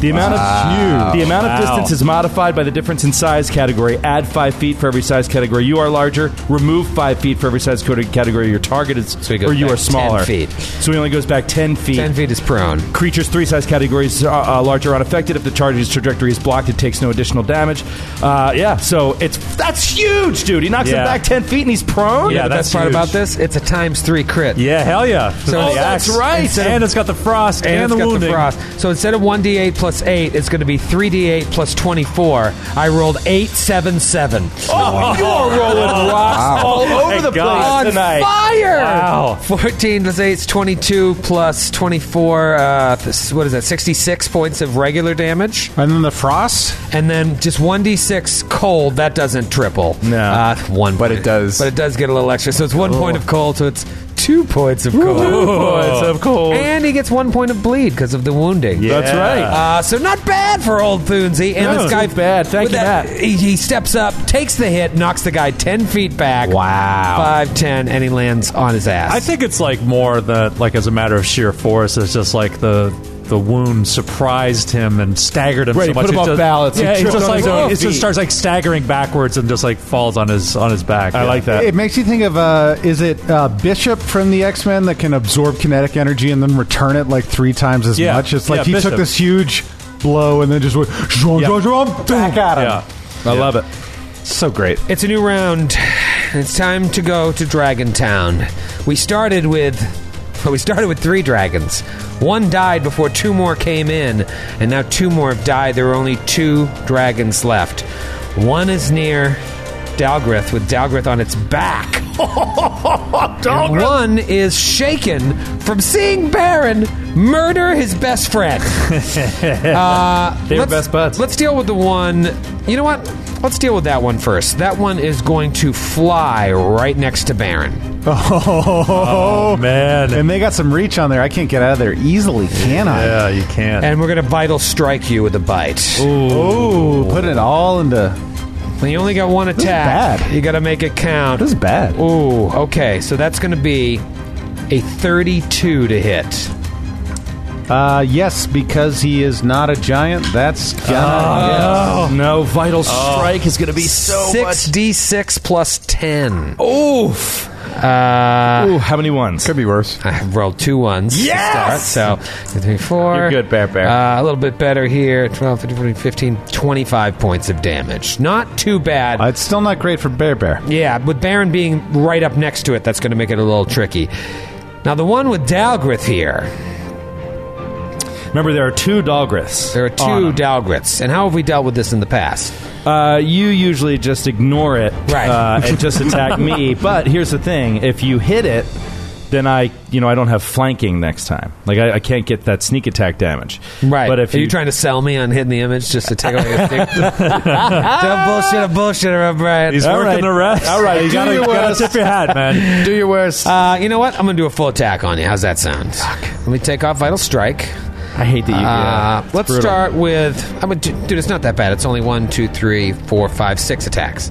Speaker 9: The amount of the amount of distance is modified by the difference in size category. Add five feet for every size category you are larger. Remove five feet for every size category your target is,
Speaker 3: he goes
Speaker 9: or you
Speaker 3: back
Speaker 9: are
Speaker 3: 10
Speaker 9: smaller.
Speaker 3: feet.
Speaker 9: So he only goes back 10 feet.
Speaker 3: 10 feet is prone.
Speaker 9: Creatures three size categories uh, uh, larger are unaffected. If the charge's trajectory is blocked, it takes no additional damage. Uh, yeah, so it's that's huge, dude. He knocks
Speaker 8: Yeah.
Speaker 9: him back 10 feet and he's prone.
Speaker 8: Yeah,
Speaker 3: the
Speaker 8: that's
Speaker 3: best part
Speaker 8: huge.
Speaker 3: about this, it's a times three crit.
Speaker 8: Yeah, hell yeah.
Speaker 3: So-
Speaker 9: Oh, that's right.
Speaker 8: And it's got the frost and,
Speaker 3: And, it's
Speaker 8: the
Speaker 3: got
Speaker 8: wounding.
Speaker 3: the frost. So instead of 1d8 plus 8, it's going to be 3d8 plus 24. I rolled 877.
Speaker 9: Oh, you're rolling rocks all over
Speaker 6: over the
Speaker 3: on
Speaker 6: place tonight.
Speaker 3: fire.
Speaker 6: Wow.
Speaker 3: 14 plus 8 is 22 plus 24. Uh, this- what is that? 66 points of regular damage.
Speaker 12: And then the frost?
Speaker 3: And then just 1d6 cold. That doesn't triple. No. Uh, one but it does. But it does get a little extra. So it's one point of cold. So it's two points of cold.
Speaker 6: Two
Speaker 8: Oh,
Speaker 6: points of cold.
Speaker 3: And he gets one point of bleed because of the wounding.
Speaker 6: That's right.
Speaker 3: Uh, so not bad for old Thunsy. And
Speaker 6: No,
Speaker 3: this guy
Speaker 6: too bad. Thank
Speaker 3: with
Speaker 6: you,
Speaker 3: that-
Speaker 6: Matt.
Speaker 3: He, he steps up, takes the hit, knocks the guy ten feet back. Wow, five ten, and he lands on his ass.
Speaker 8: I think it's like more that like as a matter of sheer force, it's just like the the wound surprised him and staggered him
Speaker 9: Right,
Speaker 8: so
Speaker 9: he
Speaker 8: much.
Speaker 9: put him
Speaker 8: it
Speaker 9: off
Speaker 8: just,
Speaker 9: balance. He
Speaker 8: Yeah, he
Speaker 9: tripped
Speaker 8: just
Speaker 9: on
Speaker 8: like
Speaker 9: his own
Speaker 8: it just
Speaker 9: feet.
Speaker 8: starts like staggering backwards and just like falls on his on his back. I like
Speaker 12: It makes you think of uh, is it uh, Bishop from the X Men that can absorb kinetic energy and then return it like three times as
Speaker 8: Yeah.
Speaker 12: much? It's like
Speaker 8: Yeah,
Speaker 12: he
Speaker 8: Bishop.
Speaker 12: took this huge blow and then just went zhong, zhong, zhong, back at him.
Speaker 8: I love it.
Speaker 5: So great.
Speaker 3: It's a new round. It's time to go to Dragon Town. We started with well, we started with three dragons. One died before two more came in, and now two more have died. There are only two dragons left. One is near Dalgrith with Dalgrith on its back. And one is shaken from seeing Baron murder his best friend. uh,
Speaker 8: They were
Speaker 3: let's-
Speaker 8: best buds.
Speaker 3: Let's deal with the one. You know what? Let's deal with that one first. That one is going to fly right next to Baron.
Speaker 12: Oh,
Speaker 8: man!
Speaker 12: And they got some reach on there. I can't get out of there easily, can I?
Speaker 8: Yeah, you can.
Speaker 3: And we're going to vital strike you with a bite.
Speaker 12: Ooh, putting it all into.
Speaker 3: When you only got one
Speaker 12: is
Speaker 3: attack,
Speaker 12: bad.
Speaker 3: you got to make it count.
Speaker 12: This is bad.
Speaker 3: Ooh, okay. So that's going to be a 32 to hit.
Speaker 12: Uh, yes, because he is not a
Speaker 8: <laughs>
Speaker 12: giant. That's
Speaker 8: Ah.
Speaker 12: gonna.
Speaker 9: No, vital
Speaker 12: Oh.
Speaker 9: strike is going to be so
Speaker 3: Six d six plus ten.
Speaker 9: much. Oof.
Speaker 3: Uh,
Speaker 9: Ooh, how many ones?
Speaker 4: Could be worse.
Speaker 3: I rolled two ones.
Speaker 9: Yes!
Speaker 3: To start, so three, four.
Speaker 9: You're good, Bear Bear.
Speaker 3: Uh, a little bit better here. 12, 15, 14, 15, 25 points of damage. Not too bad.
Speaker 12: It's still not great for Bear Bear.
Speaker 3: yeah, with Baron being right up next to it, that's going to make it a little tricky. Now the one with Dalgrith here.
Speaker 9: Remember, there are two Dalgriths.
Speaker 3: There are two Dalgriths, and how have we dealt with this in the past?
Speaker 9: Uh, you usually just ignore it
Speaker 3: Right.
Speaker 9: uh, and just attack
Speaker 8: <laughs>
Speaker 9: me. But here's the thing: if you hit it, then I, you know, I don't have flanking next time. Like I, I can't get that sneak attack damage.
Speaker 3: Right.
Speaker 9: But if
Speaker 3: are
Speaker 9: you,
Speaker 3: you trying to sell me on hitting the image just to take away
Speaker 9: <laughs>
Speaker 3: your thing? bullshit, bullshit, right?
Speaker 8: He's working the rest. All right, <laughs> you gotta, gotta tip your hat, man.
Speaker 9: do your worst,
Speaker 3: Uh, you know what? I'm going to do a full attack on you. How's that sound? Let me take off Vital Strike.
Speaker 9: I hate that you. yeah,
Speaker 3: Uh,
Speaker 9: it's
Speaker 3: let's
Speaker 9: brutal.
Speaker 3: start with. I'm gonna, dude, it's not that bad. It's only one, two, three, four, five, six attacks.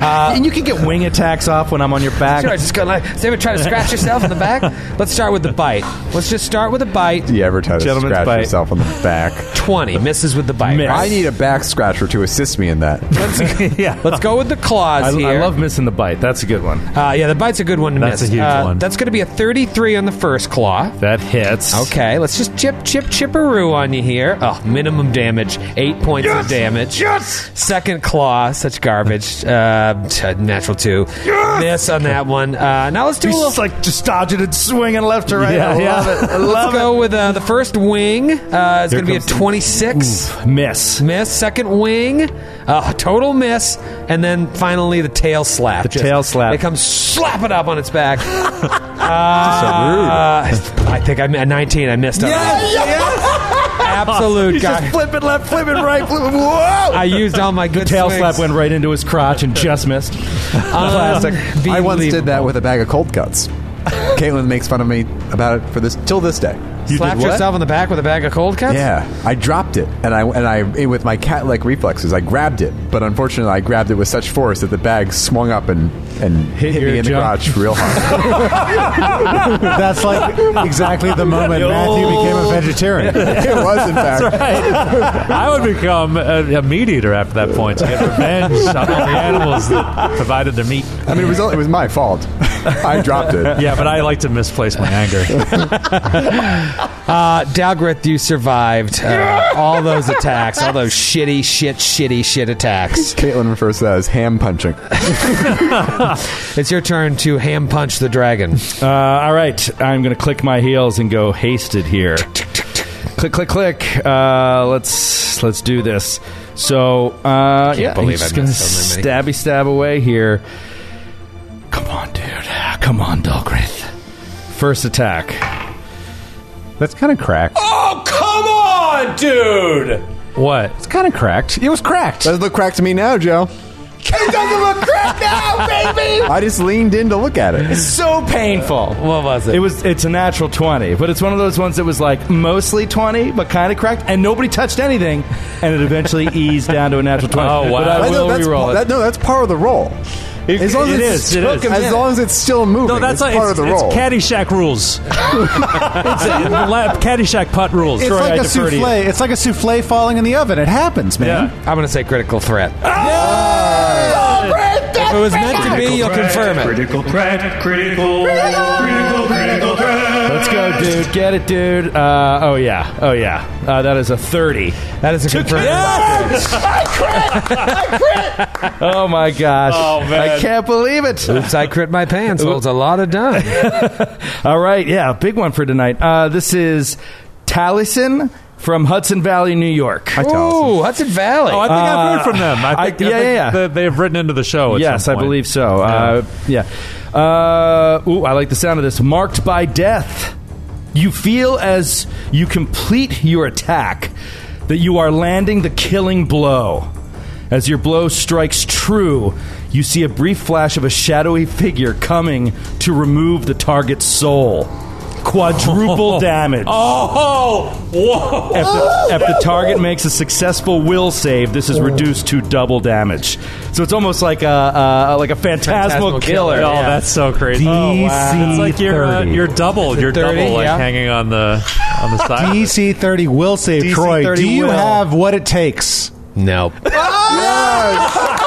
Speaker 9: and you can
Speaker 8: Uh,
Speaker 9: get wing attacks off when I'm on your back.
Speaker 3: Sure, I just go like. Does anyone try to scratch yourself in
Speaker 9: <laughs>
Speaker 3: the back? Let's start with the bite. Let's just start with the bite.
Speaker 4: You ever try to
Speaker 9: Gentleman's
Speaker 4: scratch
Speaker 9: bite.
Speaker 4: yourself on the back?
Speaker 3: 20 misses with the bite.
Speaker 9: Miss.
Speaker 4: I need a back scratcher to assist me in that.
Speaker 9: yeah.
Speaker 3: Let's go
Speaker 9: <laughs>
Speaker 3: with the claws
Speaker 9: I,
Speaker 3: here.
Speaker 9: I love missing the bite. That's a good one.
Speaker 3: Uh, yeah, the bite's a good one to
Speaker 8: That's
Speaker 3: miss.
Speaker 8: a huge
Speaker 3: Uh,
Speaker 8: one.
Speaker 3: That's going to be a 33 on the first claw.
Speaker 9: That hits.
Speaker 3: Okay, let's just chip, chip, chipperoo on you here. Oh, minimum damage, eight points of damage. Yes. Second claw, such garbage. Uh, t- natural two. Yes. Miss on that one. Uh, now let's do a little.
Speaker 9: like just dodging and swinging left to right.
Speaker 8: Yeah, yeah.
Speaker 3: let's go with uh, the first wing. Uh, it's going to be a 26.
Speaker 9: Miss.
Speaker 3: Miss. Second wing, uh, total miss, and then finally the tail slap. The
Speaker 9: tail slap.
Speaker 3: It comes slap it up on
Speaker 9: <laughs>
Speaker 3: its back. Uh, I think I'm at 19. I missed
Speaker 9: <laughs>
Speaker 3: it.
Speaker 12: <laughs>
Speaker 3: Absolute guy.
Speaker 9: Flipping left, flipping right, flipping. Whoa!
Speaker 3: I used all my good
Speaker 9: Tail
Speaker 3: swings. Uh,
Speaker 9: slap went right into his crotch and just missed. Classic.
Speaker 4: I once did that with a bag of cold cuts. Caitlin makes fun of me about it for this till this day.
Speaker 3: Slapped
Speaker 4: what?
Speaker 3: yourself in the back with a bag of cold cuts.
Speaker 4: Yeah, I dropped it, and I and I it- with my cat-like reflexes, I grabbed it. But unfortunately, I grabbed it with such force that the bag swung up and and hit,
Speaker 9: your
Speaker 4: me in
Speaker 9: junk.
Speaker 4: the crotch real hard.
Speaker 12: That's like exactly the moment Matthew became a vegetarian.
Speaker 4: it was, in fact.
Speaker 8: I would become a, a meat eater after that point to get revenge on all the animals that provided their meat.
Speaker 4: I mean, it was only, it was my fault. I dropped it.
Speaker 8: Yeah, but I like to misplace my anger.
Speaker 3: Uh, Dalgrith, you survived uh, all those attacks, all those shitty, shit, shitty, shit attacks.
Speaker 4: Caitlin refers to that as ham punching.
Speaker 3: It's your turn to ham punch the dragon.
Speaker 9: Uh, all right, I'm going to click my heels and go hasted here. click, click, click. Uh, let's let's do this. So, uh, yeah,
Speaker 3: believe
Speaker 9: he's
Speaker 3: I
Speaker 9: going to
Speaker 3: missed so many.
Speaker 9: stabby stab away here. Come Come on, Dalgrith. First attack.
Speaker 12: That's kind of cracked.
Speaker 9: Oh, come on, dude!
Speaker 8: What?
Speaker 12: It's kind of cracked. It was cracked.
Speaker 4: Doesn't look cracked to me now, Joe.
Speaker 6: It doesn't look crap now, baby!
Speaker 4: I just leaned in to look at it.
Speaker 9: so painful.
Speaker 3: What was
Speaker 9: It was it's a natural 20, but it's one of those ones that was like mostly 20 but kind of cracked and nobody touched anything and it eventually eased down to a natural 20.
Speaker 8: Oh, wow.
Speaker 9: But I
Speaker 4: I know
Speaker 9: will
Speaker 4: that's
Speaker 9: reroll
Speaker 4: pa-
Speaker 9: it.
Speaker 4: that- no, that's part of the roll. As long as
Speaker 8: it
Speaker 4: it's
Speaker 8: is, it
Speaker 4: still-
Speaker 8: is.
Speaker 4: As long as it's still moving,
Speaker 8: No, that's
Speaker 4: it's part of the roll.
Speaker 8: It's Caddyshack <laughs> rules. it's la- Caddyshack putt rules.
Speaker 12: It's
Speaker 8: Troy, I
Speaker 12: like a
Speaker 8: defer to you.
Speaker 12: souffle. It's like a souffle falling in the oven. It happens, man.
Speaker 8: Yeah.
Speaker 3: I'm going to say critical threat. If it was meant to be, you'll confirm it.
Speaker 6: Critical threat, critical, critical, critical threat.
Speaker 9: Let's go, dude. Get it, dude. Uh, oh yeah. Oh yeah. Uh, that is a 30.
Speaker 3: That is a confirm.
Speaker 9: Oh my gosh.
Speaker 8: Oh, man.
Speaker 9: I can't believe it.
Speaker 3: Oops, I crit my pants. Holds a lot of done.
Speaker 9: All right, yeah, big one for tonight. Uh, this is Tallison from Hudson Valley, New York.
Speaker 3: Ooh, Hudson Valley.
Speaker 8: Oh, I think I've heard from them.
Speaker 9: I-
Speaker 8: I think, I
Speaker 9: yeah,
Speaker 8: think
Speaker 9: yeah, yeah.
Speaker 8: that They, have written into the show. At
Speaker 9: yes,
Speaker 8: some
Speaker 9: I
Speaker 8: point.
Speaker 9: believe so. Uh, yeah. Uh, ooh, I like the sound of this. Marked by death. You feel as you complete your attack that you are landing the killing blow. As your blow strikes true, you see a brief flash of a shadowy figure coming to remove the target's soul.
Speaker 8: <laughs>
Speaker 9: Quadruple damage.
Speaker 8: Oh, whoa!
Speaker 9: If the, if the target makes a successful will save, this is reduced to double damage. So it's almost like a uh, like a phantasmal,
Speaker 3: Phantasmal
Speaker 9: killer.
Speaker 3: killer,
Speaker 8: Oh,
Speaker 9: Yeah.
Speaker 8: that's so crazy.
Speaker 9: Oh, wow.
Speaker 8: It's like you're uh,
Speaker 12: 30.
Speaker 8: you're double. You're
Speaker 3: 30,
Speaker 8: double like
Speaker 3: yeah.
Speaker 8: hanging on the
Speaker 9: <laughs>
Speaker 8: on the side.
Speaker 12: DC 30 E will save
Speaker 9: DC
Speaker 12: Troy.
Speaker 9: 30
Speaker 12: Do you
Speaker 9: will.
Speaker 12: have what it takes?
Speaker 3: no. no, I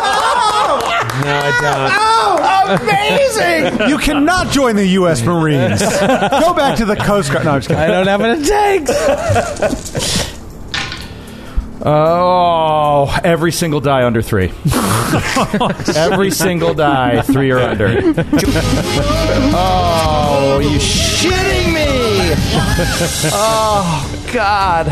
Speaker 12: <laughs> You cannot join the U.S.
Speaker 9: <laughs>
Speaker 12: Marines. Go back to the Coast Guard. No, I'm just
Speaker 3: don't. I
Speaker 12: kidding.
Speaker 3: don't have what it takes.
Speaker 9: Oh, every single die under three. every single die three or under. oh, you shitting me! Oh God,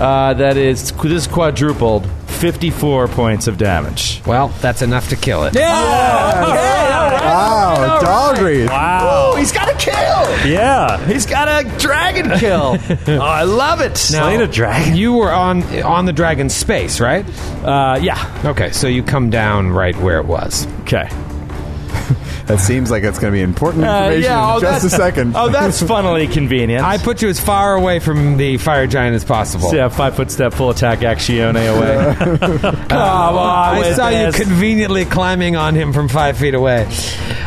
Speaker 9: uh, that is this is quadrupled. Fifty-four points of damage.
Speaker 3: Well, that's enough to kill it.
Speaker 4: wow, Dahlgren.
Speaker 8: Wow.
Speaker 9: He's got a kill.
Speaker 8: Yeah.
Speaker 9: He's got a dragon kill. oh, I love it.
Speaker 3: Now,
Speaker 8: Slay the dragon.
Speaker 3: You were on on the dragon's space, right?
Speaker 9: Uh, yeah.
Speaker 3: Okay, so you come down right where it was.
Speaker 9: Okay.
Speaker 4: That seems like it's going to be important information in just a second.
Speaker 9: Oh, that's funnily convenient.
Speaker 3: I put you as far away from the fire giant as possible.
Speaker 9: yeah, five foot step, full attack, actione away. Uh, Come on,
Speaker 3: I
Speaker 9: with
Speaker 3: saw
Speaker 9: this.
Speaker 3: you conveniently climbing on him from five feet away.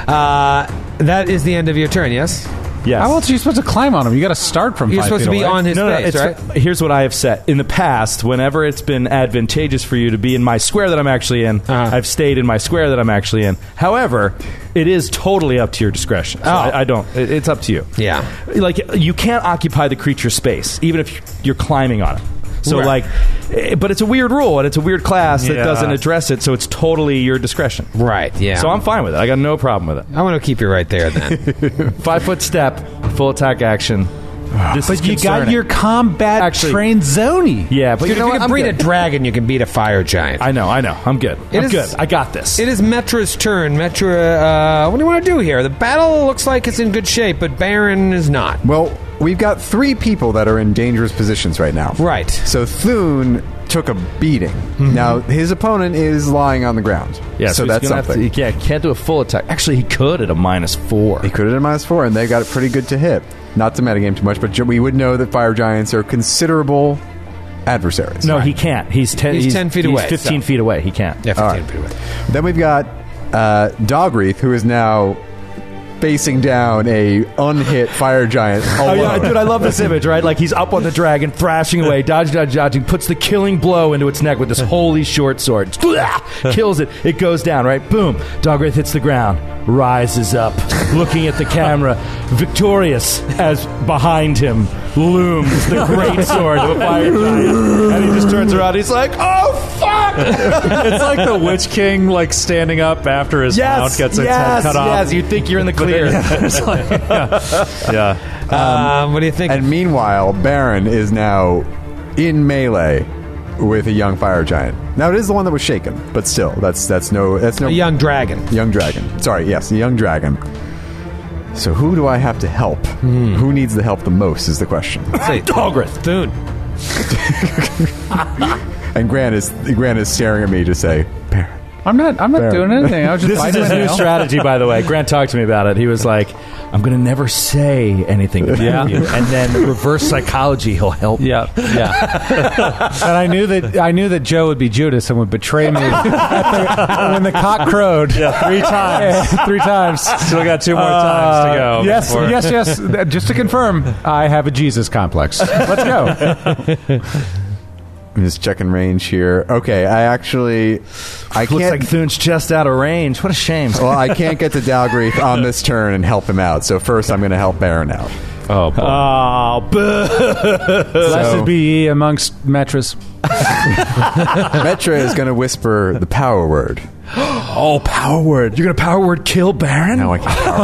Speaker 3: Uh, that is the end of your turn, yes?
Speaker 9: Yes.
Speaker 12: How else are you supposed to climb on him? You got to start from.
Speaker 3: You're
Speaker 12: five
Speaker 3: supposed to
Speaker 12: feet
Speaker 3: be
Speaker 12: away.
Speaker 3: on his
Speaker 9: no, no,
Speaker 3: face,
Speaker 9: it's,
Speaker 3: right?
Speaker 9: Here's what I have set. In the past, whenever it's been advantageous for you to be in my square that I'm actually in,
Speaker 3: Uh-huh.
Speaker 9: I've stayed in my square that I'm actually in. However, it is totally up to your discretion. So I, I don't. It, it's up to you.
Speaker 3: Oh. Yeah.
Speaker 9: Like you can't occupy the creature's space, even if you're climbing on it. So
Speaker 3: Right.
Speaker 9: like, eh, but it's a weird rule and it's a weird class that
Speaker 8: Yeah.
Speaker 9: doesn't address it. So it's totally your discretion.
Speaker 3: Right, yeah.
Speaker 9: So I'm fine with it. I got no problem with it.
Speaker 3: I want to keep you right there then.
Speaker 9: Five foot step, full attack action. This is
Speaker 12: But you got
Speaker 9: concerning.
Speaker 12: your combat
Speaker 9: Actually-
Speaker 12: trained zoni.
Speaker 9: yeah, but
Speaker 3: Dude,
Speaker 9: you know
Speaker 3: if you
Speaker 9: what?
Speaker 3: can
Speaker 9: I'm
Speaker 3: breed
Speaker 9: good.
Speaker 3: a dragon, you can beat a fire giant.
Speaker 9: I know, I know. I'm good. I'm
Speaker 3: is-
Speaker 9: good. I got this.
Speaker 3: It is Metra's turn. Metra, uh, what do you want to do here? The battle looks like it's in good shape, but Baron is not.
Speaker 4: Well, we've got three people that are in dangerous positions right now.
Speaker 3: Right.
Speaker 4: So Thune took a beating. Now his opponent is lying on the ground.
Speaker 9: yeah,
Speaker 4: So
Speaker 9: he's
Speaker 4: that's
Speaker 9: gonna have
Speaker 4: something.
Speaker 9: To, yeah, can't do a full attack. Actually, he could at a minus four.
Speaker 4: he could have done minus four, and they got it pretty good to hit. Not to metagame too much, but we would know that fire giants are considerable adversaries.
Speaker 9: No, he can't. He's ten.
Speaker 3: He's 10 feet
Speaker 9: he's
Speaker 3: away,
Speaker 9: Fifteen
Speaker 3: so-
Speaker 9: feet away. He can't.
Speaker 3: Yeah, 15
Speaker 4: right.
Speaker 3: feet away.
Speaker 4: Then we've got uh, Dogreath, who is now facing down a unhit fire giant.
Speaker 9: <laughs> Oh yeah,
Speaker 4: alone.
Speaker 9: dude! I love this image, right? Like he's up on the dragon, thrashing away, dodging, dodging, dodging, puts the killing blow into its neck with this holy short sword. <laughs> Kills it. It goes down, right? Boom! Dogwraith hits the ground, rises up, looking at the camera, victorious as behind him looms the great sword of a fire giant, and he just turns around. He's like, "Oh fuck!"
Speaker 8: it's like the Witch King, like standing up after his mount
Speaker 9: yes, yes,
Speaker 8: gets its head
Speaker 9: yes.
Speaker 8: cut off.
Speaker 9: You think you're in the clear?
Speaker 8: Yeah.
Speaker 3: um, what do you think?
Speaker 4: And meanwhile, Baron is now in melee with a young fire giant. Now it is the one that was shaken, but still, that's that's no that's no
Speaker 3: a young dragon.
Speaker 4: young dragon. Sorry, yes, a young dragon. So who do I have to help? Who needs the help the most is the question.
Speaker 8: Dogrith, Thune.
Speaker 4: <laughs> And Grant is Grant is staring at me to say, Baron.
Speaker 14: I'm not. I'm not
Speaker 4: Fair.
Speaker 14: doing anything. I was just
Speaker 9: this is
Speaker 14: biting
Speaker 9: his
Speaker 14: my
Speaker 9: new
Speaker 14: nail.
Speaker 9: strategy, by the way. Grant talked to me about it. He was like, "I'm going to never say anything to
Speaker 14: Yeah.
Speaker 9: you, and then reverse psychology. He'll help."
Speaker 14: Yeah, yeah.
Speaker 9: <laughs>
Speaker 5: and I knew that I knew that Joe would be Judas and would betray me when the cock crowed.
Speaker 8: Yeah, <laughs> three times.
Speaker 5: three times.
Speaker 8: Still got two more times to
Speaker 9: Uh,
Speaker 8: go.
Speaker 5: Yes,
Speaker 8: before-
Speaker 5: yes, yes. Th- Just to confirm, I have a Jesus complex. Let's go.
Speaker 4: I'm just checking range here. Okay, I actually I
Speaker 9: Looks
Speaker 4: can't
Speaker 9: like Thune's just out of range. What a shame.
Speaker 4: well, I can't get to Dalgreath on this turn and help him out. So first I'm going to help Baron out.
Speaker 8: Oh, boy.
Speaker 9: Oh,
Speaker 5: Blessed be ye amongst mattress.
Speaker 4: Metra is going to whisper the power word.
Speaker 9: oh, power word. You're going to power word kill Baron?
Speaker 4: Now I can't power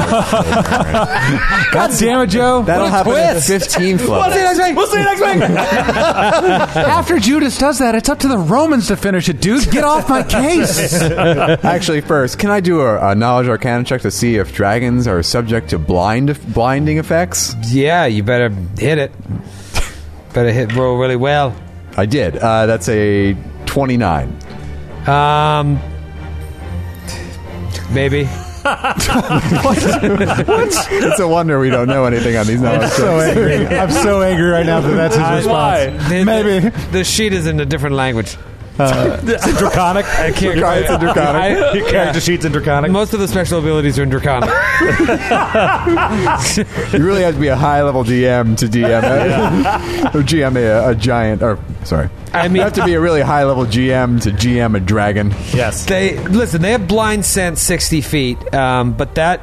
Speaker 4: word.
Speaker 5: God damn it, Joe!
Speaker 4: That'll happen at 15th level.
Speaker 5: next week. We'll see you next week.
Speaker 9: <laughs>
Speaker 5: After Judas does that, it's up to the Romans to finish it, dude. Get off my case.
Speaker 4: Actually, first, can I do a, a knowledge arcana check to see if dragons are subject to blind blinding effects?
Speaker 3: Yeah, you better hit it. Better hit roll really well.
Speaker 4: I did. Uh, that's a 29.
Speaker 3: Um, maybe.
Speaker 4: It's a wonder we don't know anything on these knowledge checks.
Speaker 5: angry. I'm so angry right now that that's his response.
Speaker 3: The-
Speaker 5: Maybe.
Speaker 3: the sheet is in a different language.
Speaker 8: Draconic. I can't.
Speaker 4: Guys, it's a draconic.
Speaker 8: Your <laughs> character sheets in Draconic.
Speaker 3: Most of the special abilities are in <laughs> Draconic.
Speaker 4: You really have to be a high level GM to DM a, <laughs> or GM a, a giant. Or sorry,
Speaker 3: I
Speaker 4: you
Speaker 3: mean,
Speaker 4: have to be a really high level GM to GM a dragon.
Speaker 8: Yes.
Speaker 3: they listen. They have blind sense sixty feet, um, but that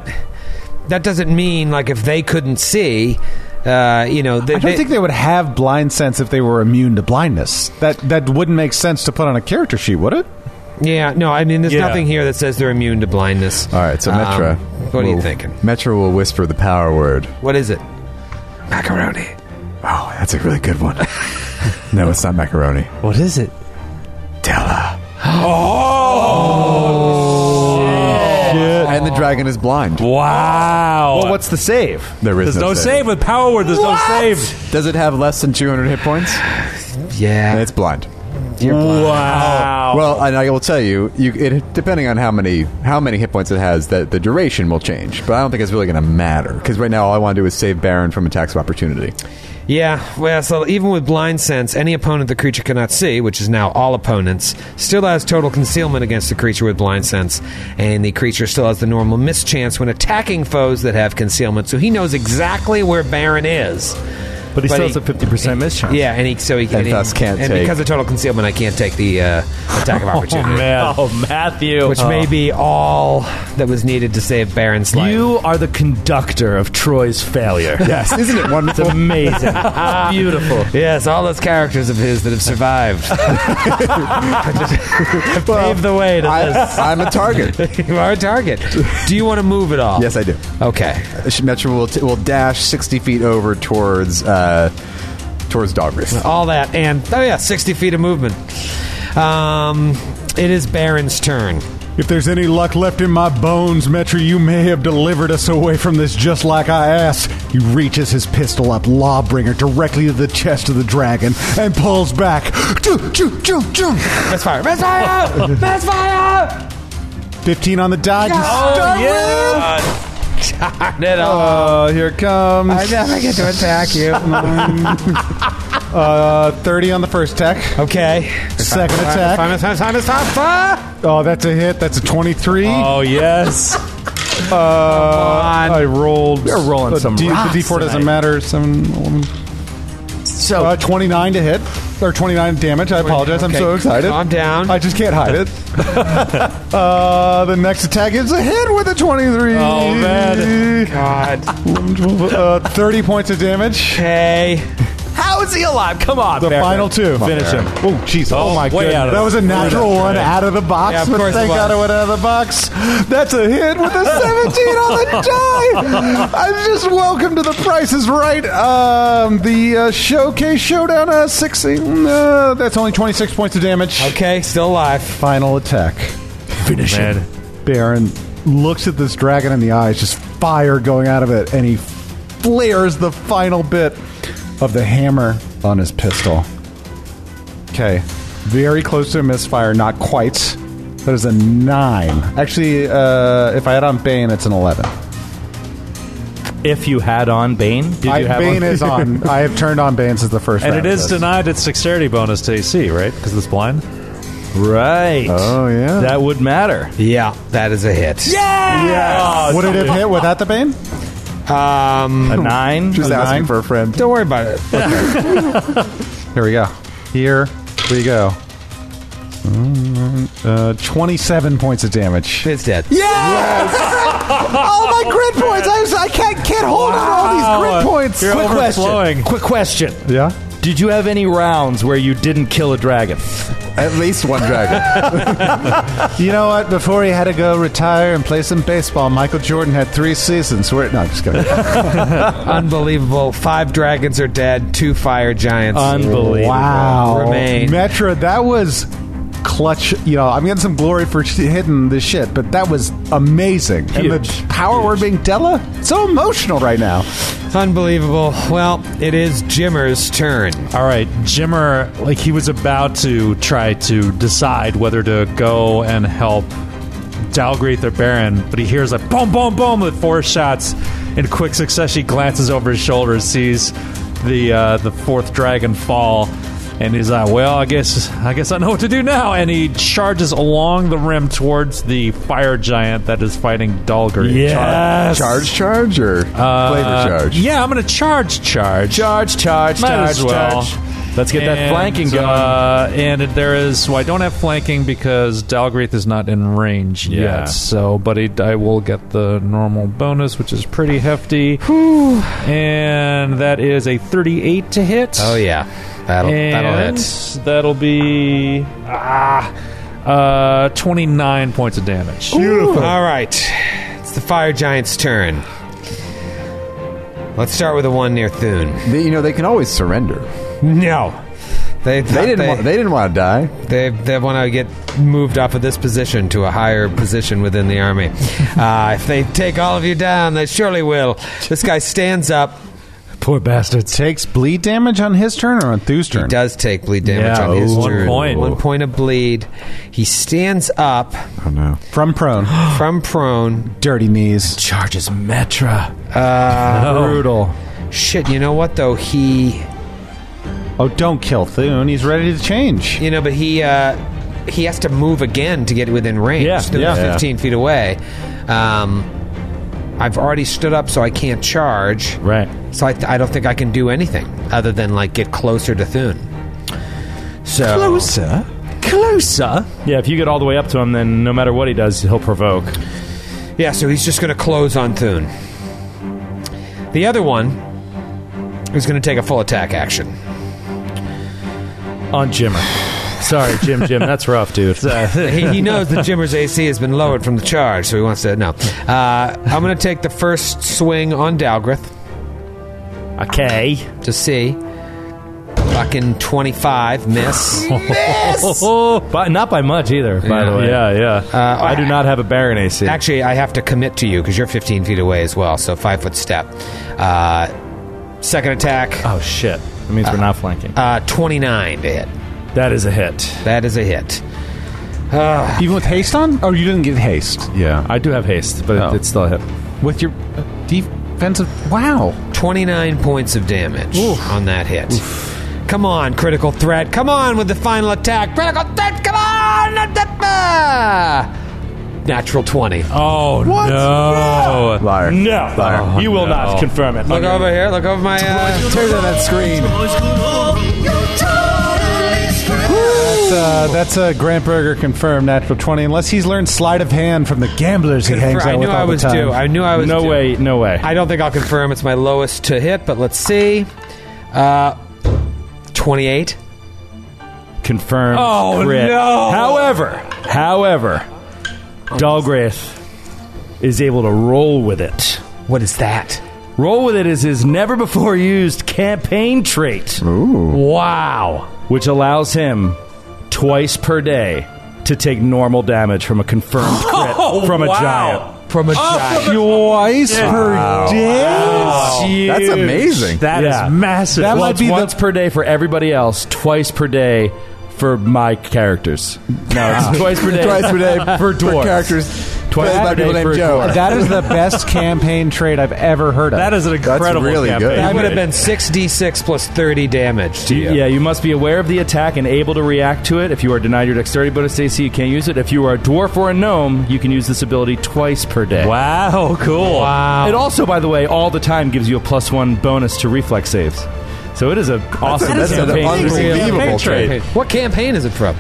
Speaker 3: that doesn't mean like if they couldn't see, uh, you know, they,
Speaker 5: I don't
Speaker 3: they-
Speaker 5: think they would have blind sense if they were immune to blindness. That that wouldn't make sense to put on a character sheet, would it?
Speaker 3: yeah, no. I mean, there's
Speaker 8: Yeah.
Speaker 3: nothing here that says they're immune to blindness.
Speaker 4: All right, so
Speaker 3: Um,
Speaker 4: Metra.
Speaker 3: what are you
Speaker 4: will-
Speaker 3: thinking?
Speaker 4: Metra will whisper the power word.
Speaker 3: What is it? Macaroni.
Speaker 4: Oh, that's a really good one. no, it's not macaroni.
Speaker 3: What is it?
Speaker 4: Della. Oh. And the dragon is blind.
Speaker 8: Wow.
Speaker 9: Well, what's the save?
Speaker 4: There is
Speaker 8: There's
Speaker 4: no,
Speaker 8: no save with power word. There's no save.
Speaker 4: Does it have less than 200 hit points?
Speaker 3: Yeah,
Speaker 4: It's blind.
Speaker 8: Wow.
Speaker 4: Well, and I will tell you, you it, depending on how many how many hit points it has, that the duration will change. But I don't think it's really going to matter because right now all I want to do is save Baron from attacks of opportunity.
Speaker 3: yeah. Well, so even with blind sense, any opponent the creature cannot see, which is now all opponents, still has total concealment against the creature with blind sense, and the creature still has the normal mischance when attacking foes that have concealment. So he knows exactly where Baron is.
Speaker 9: But he
Speaker 3: But
Speaker 9: still
Speaker 3: he-
Speaker 9: has a 50% mischance.
Speaker 3: Yeah, and he, so he
Speaker 4: And
Speaker 3: he-
Speaker 4: thus can't
Speaker 3: and
Speaker 4: take-
Speaker 3: because of total concealment, I can't take the uh, attack
Speaker 4: <laughs>
Speaker 3: of opportunity.
Speaker 9: Oh, Matthew.
Speaker 3: Which may be all that was needed to save Baron's life.
Speaker 9: You are the conductor of Troy's <laughs> failure.
Speaker 4: Yes, isn't it
Speaker 9: It's
Speaker 4: wonderful?
Speaker 9: amazing. It's <laughs> beautiful.
Speaker 3: yes, all those characters of his that have
Speaker 4: <laughs>
Speaker 3: survived. <laughs>
Speaker 9: Pave the way to
Speaker 4: I, am
Speaker 3: <laughs>
Speaker 4: a target.
Speaker 3: you are a target. Do you want to move at all?
Speaker 4: Yes, I do.
Speaker 3: Okay.
Speaker 4: Metro will t- will dash 60 feet over towards uh, towards Dogris.
Speaker 3: All that and oh yeah, sixty feet of movement. Um, it is Baron's turn.
Speaker 5: If there's any luck left in my bones, Metro, you may have delivered us away from this just like I asked. He reaches his pistol up, Lawbringer, directly to the chest of the dragon and pulls back. Choo, choo, choo, choo.
Speaker 3: Best fire! Best
Speaker 5: <laughs>
Speaker 3: fire! Best fire!
Speaker 5: 15 on the dodge.
Speaker 3: Darn it all.
Speaker 5: Uh, here it comes.
Speaker 3: I never get to attack you.
Speaker 5: <laughs> Uh, 30 on the first attack.
Speaker 3: Okay.
Speaker 5: Second attack.
Speaker 3: Time, time, time, time, time, time.
Speaker 5: Oh, that's a hit. That's a 23.
Speaker 8: Oh yes.
Speaker 5: Uh, I rolled.
Speaker 9: We're rolling
Speaker 5: the
Speaker 9: some
Speaker 5: D,
Speaker 9: rocks
Speaker 5: The D4 doesn't
Speaker 9: tonight.
Speaker 5: matter. Seven, eleven.
Speaker 9: So,
Speaker 5: Uh, 29 to hit, or 29 damage. I apologize. I'm
Speaker 3: Okay,
Speaker 5: so excited.
Speaker 3: calm down.
Speaker 5: I just can't hide
Speaker 4: <laughs>
Speaker 5: it. uh, the next attack is a hit with a 23.
Speaker 8: Oh, man.
Speaker 3: God.
Speaker 5: 11, 12, <laughs> uh, 30 points of damage.
Speaker 3: Okay.
Speaker 9: how is he alive? Come on,
Speaker 5: The final two.
Speaker 9: Finish him.
Speaker 5: Oh, jeez. Oh,
Speaker 8: Oh,
Speaker 5: my
Speaker 8: way
Speaker 5: god.
Speaker 8: out of
Speaker 5: That
Speaker 8: the-
Speaker 5: was a natural one out of the box.
Speaker 3: Yeah, of
Speaker 5: but
Speaker 3: course it
Speaker 5: thank
Speaker 3: was.
Speaker 5: God it went out of the box. That's a hit with a 17 on the die. I'm just welcome to the Price is Right. Um, the uh, Showcase Showdown uh, 16. Uh, that's only 26 points of damage.
Speaker 3: Okay. Still alive.
Speaker 5: Final attack.
Speaker 9: Finish him.
Speaker 5: Baron
Speaker 4: looks at this dragon in the eyes, just fire going out of it, and he flares the final bit of the hammer on his pistol. Okay. Very close to a misfire, not quite. That is a nine.
Speaker 15: Actually, uh, if I had on Bane, it's an 11.
Speaker 9: If you had on Bane, did
Speaker 4: I,
Speaker 9: you have
Speaker 4: Bane
Speaker 9: <laughs>
Speaker 4: is on. I have turned on Bane since the first
Speaker 8: And
Speaker 4: round.
Speaker 8: it is
Speaker 4: yes.
Speaker 8: denied its dexterity bonus to AC, right? Because it's blind.
Speaker 9: Right.
Speaker 4: Oh, yeah.
Speaker 9: That would matter.
Speaker 3: Yeah, that is a hit.
Speaker 4: Yes!
Speaker 8: Oh,
Speaker 4: Would it have hit without the Bane?
Speaker 3: Um,
Speaker 9: A nine.
Speaker 4: Just asking for a friend.
Speaker 3: don't worry about it.
Speaker 15: Here we go. Here we go.
Speaker 4: Uh, 27 points of damage.
Speaker 3: It's dead.
Speaker 4: Oh, my grit points! I, was, I can't, can't hold on all these grit points!
Speaker 8: You're
Speaker 4: Quick question.
Speaker 8: overflowing.
Speaker 9: Quick question:
Speaker 4: Yeah?
Speaker 9: Did you have any rounds where you didn't kill a dragon?
Speaker 12: At least one dragon.
Speaker 4: <laughs> You know what? Before he had to go retire and play some baseball, Michael Jordan had three seasons. Where, no, I'm just kidding.
Speaker 3: Unbelievable. Five dragons are dead. Two fire giants.
Speaker 9: Unbelievable.
Speaker 4: Wow.
Speaker 3: Remain.
Speaker 4: Metra, that was clutch. You know, I'm getting some glory for sh- hitting this shit, but that was amazing. And the power word being Della, so emotional right now.
Speaker 3: It's unbelievable. Well, it is Jimmer's turn.
Speaker 8: All right, Jimmer, like he was about to try to decide whether to go and help Dalgreath or Baron, but he hears a boom, boom, boom with four shots in quick succession. He glances over his shoulder, sees the uh, the fourth dragon fall, and he's like, "Well, I guess I guess I know what to do now." And he charges along the rim towards the fire giant that is fighting Dalgreath.
Speaker 9: Yes.
Speaker 12: charge, charge, or
Speaker 3: Uh,
Speaker 12: flavor charge?
Speaker 8: yeah, I'm gonna charge, charge,
Speaker 9: Charge, charge,
Speaker 8: Might
Speaker 9: charge,
Speaker 8: as well.
Speaker 9: charge. Let's get that
Speaker 8: And,
Speaker 9: flanking going.
Speaker 8: Uh, and there is. Well, I don't have flanking because Dalgreath is not in range
Speaker 9: Yeah.
Speaker 8: yet. So, but it, I will get the normal bonus, which is pretty hefty. And that is a 38 to hit.
Speaker 3: Oh, yeah. That'll, that'll
Speaker 8: And
Speaker 3: hit.
Speaker 8: that'll be. Ah. Uh, 29 points of damage.
Speaker 3: All right. It's the fire giant's turn. Let's start with the one near Thune.
Speaker 12: They, you know, they can always surrender.
Speaker 3: No. They,
Speaker 12: They didn't. They,
Speaker 3: they,
Speaker 12: want, they didn't want to die.
Speaker 3: They, they want to get moved off of this position to a higher position within the army. Uh, if they take all of you down, they surely will. This guy stands up.
Speaker 8: Poor bastards.
Speaker 4: Takes bleed damage on his turn or on Thu's
Speaker 3: He
Speaker 4: turn?
Speaker 3: does take bleed damage
Speaker 8: Yeah,
Speaker 3: on his
Speaker 8: one
Speaker 3: turn.
Speaker 8: point.
Speaker 3: One point of bleed. He stands up
Speaker 12: Oh no!
Speaker 16: <gasps>
Speaker 4: From prone.
Speaker 3: from prone.
Speaker 4: Dirty knees.
Speaker 9: Charges Metra.
Speaker 8: Oh.
Speaker 4: Brutal.
Speaker 3: Uh, Shit, you know what though? He,
Speaker 4: Oh, don't kill Thune. He's ready to change.
Speaker 3: you know, but he uh, he has to move again to get within range.
Speaker 9: Yeah,
Speaker 3: They're
Speaker 9: yeah.
Speaker 3: fifteen feet away. Um, I've already stood up, so I can't charge.
Speaker 9: Right.
Speaker 3: So I, I don't think I can do anything other than like get closer to Thune. So
Speaker 9: Closer. Yeah, if you get all the way up to him, then no matter what he does, he'll provoke.
Speaker 3: yeah, so he's just going to close on Thune. The other one is going to take a full attack action.
Speaker 9: On <sighs> Jimmer. Sorry, Jim, Jim. That's rough, <laughs> dude.
Speaker 3: he, he knows that Jimmer's AC has been lowered from the charge, so he wants to. No, uh, I'm going to take the first swing on Dalgrith
Speaker 9: okay.
Speaker 3: to see. Fucking 25 miss.
Speaker 9: Oh, but not by much either, by the way.
Speaker 8: Yeah, yeah.
Speaker 9: Uh, I do not have a Baron AC.
Speaker 3: Actually, I have to commit to you because you're 15 feet away as well, so five foot step. Uh, second attack,
Speaker 9: oh, shit. That means we're not flanking.
Speaker 3: uh, 29 to hit.
Speaker 9: That is a hit.
Speaker 3: That is a hit.
Speaker 4: Even with haste on? Oh, you didn't get haste.
Speaker 15: Yeah.
Speaker 9: I do have haste, but
Speaker 15: Oh.
Speaker 9: it, it's still a hit.
Speaker 4: With your uh, defensive. Wow.
Speaker 3: 29 points of damage on that hit. Come on, critical threat. Come on with the final attack. Critical threat, come on! Natural 20.
Speaker 8: Oh, no. Oh,
Speaker 12: Liar.
Speaker 9: No.
Speaker 12: Liar.
Speaker 9: you will not confirm it.
Speaker 3: Look over here. Look over my. Uh,
Speaker 4: Tear down that screen. That's, uh, that's a Grant Berger confirmed natural 20, unless he's learned sleight of hand from the gamblers he hangs
Speaker 3: I knew
Speaker 4: out with all
Speaker 3: I
Speaker 4: the
Speaker 3: was
Speaker 4: time.
Speaker 3: due. I knew I was
Speaker 9: No
Speaker 3: due.
Speaker 9: way, no way.
Speaker 3: I don't think I'll confirm. It's my lowest to hit, but let's see. Uh, 28.
Speaker 9: confirmed.
Speaker 8: Oh,
Speaker 9: crit.
Speaker 8: no.
Speaker 9: However, however, Dalgrith is able to roll with it.
Speaker 3: What is that?
Speaker 9: Roll with it is his never before used campaign trait. Wow. Which allows him twice per day to take normal damage from a confirmed crit from a
Speaker 8: wow.
Speaker 9: giant.
Speaker 3: from a giant.
Speaker 5: Twice
Speaker 3: Yeah.
Speaker 5: per
Speaker 3: Wow.
Speaker 5: day.
Speaker 4: That's amazing.
Speaker 8: That is massive.
Speaker 9: That
Speaker 8: Well,
Speaker 9: might
Speaker 8: it's
Speaker 9: be
Speaker 8: one-
Speaker 9: once per day for everybody else, twice per day for my characters. No, it's twice per day.
Speaker 4: Twice per day
Speaker 9: for dwarves.
Speaker 4: characters
Speaker 9: Twice
Speaker 4: played
Speaker 9: per
Speaker 4: by
Speaker 9: day
Speaker 4: people named
Speaker 9: for
Speaker 4: Joe.
Speaker 9: dwarves.
Speaker 16: That is the best campaign trade I've ever heard of.
Speaker 8: That is an
Speaker 4: That's
Speaker 8: incredible
Speaker 4: really
Speaker 8: campaign.
Speaker 4: good.
Speaker 3: That would have been 6d6 plus 30 damage to you.
Speaker 9: Yeah, you must be aware of the attack and able to react to it. If you are denied your dexterity bonus AC, you can't use it. If you are a dwarf or a gnome, you can use this ability twice per day.
Speaker 8: Wow, cool.
Speaker 9: It also, by the way, all the time gives you a plus one bonus to reflex saves. So it is an awesome
Speaker 4: that's an
Speaker 9: campaign.
Speaker 4: unbelievable trade.
Speaker 3: What campaign is it from?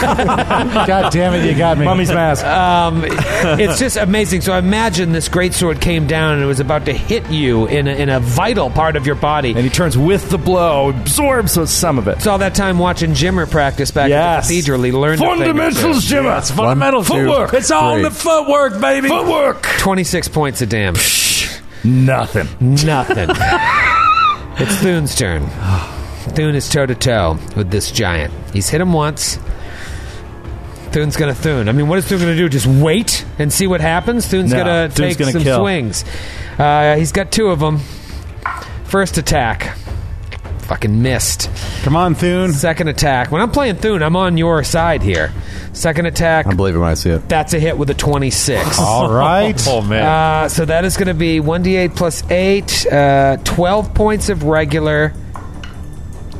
Speaker 16: God damn it, you got me.
Speaker 9: Mummy's mask.
Speaker 3: Um, it's just amazing. So imagine this greatsword came down and it was about to hit you in a, in a vital part of your
Speaker 9: <laughs>
Speaker 3: body.
Speaker 9: and he turns with the blow, absorbs some of it.
Speaker 3: It's all that time watching Jimmer practice back at
Speaker 9: Yes.
Speaker 3: the cathedral. He learned a thing or two.
Speaker 9: Jim. That's fundamental
Speaker 4: two,
Speaker 9: footwork.
Speaker 4: It's all in the three.
Speaker 9: footwork, baby. Footwork.
Speaker 3: 26 points of damage.
Speaker 9: Nothing. <laughs>
Speaker 3: Nothing. it's Thune's turn. Thune is toe to toe with this giant. He's hit him once. Thune's gonna Thune. I mean, what is Thune gonna do? Just wait and see what happens? Thune's
Speaker 9: No,
Speaker 3: gonna
Speaker 9: Thune's
Speaker 3: take
Speaker 9: gonna
Speaker 3: some
Speaker 9: kill.
Speaker 3: swings. Uh, he's got two of them. First attack. Fucking missed.
Speaker 16: Come on, Thune.
Speaker 3: Second attack. When I'm playing Thune, I'm on your side here. Second attack.
Speaker 4: I believe it when I <laughs> see it.
Speaker 3: That's a hit with a 26.
Speaker 16: All right.
Speaker 8: Oh man.
Speaker 3: Uh, so that is going to be 1d8 plus 8, uh, 12 points of regular,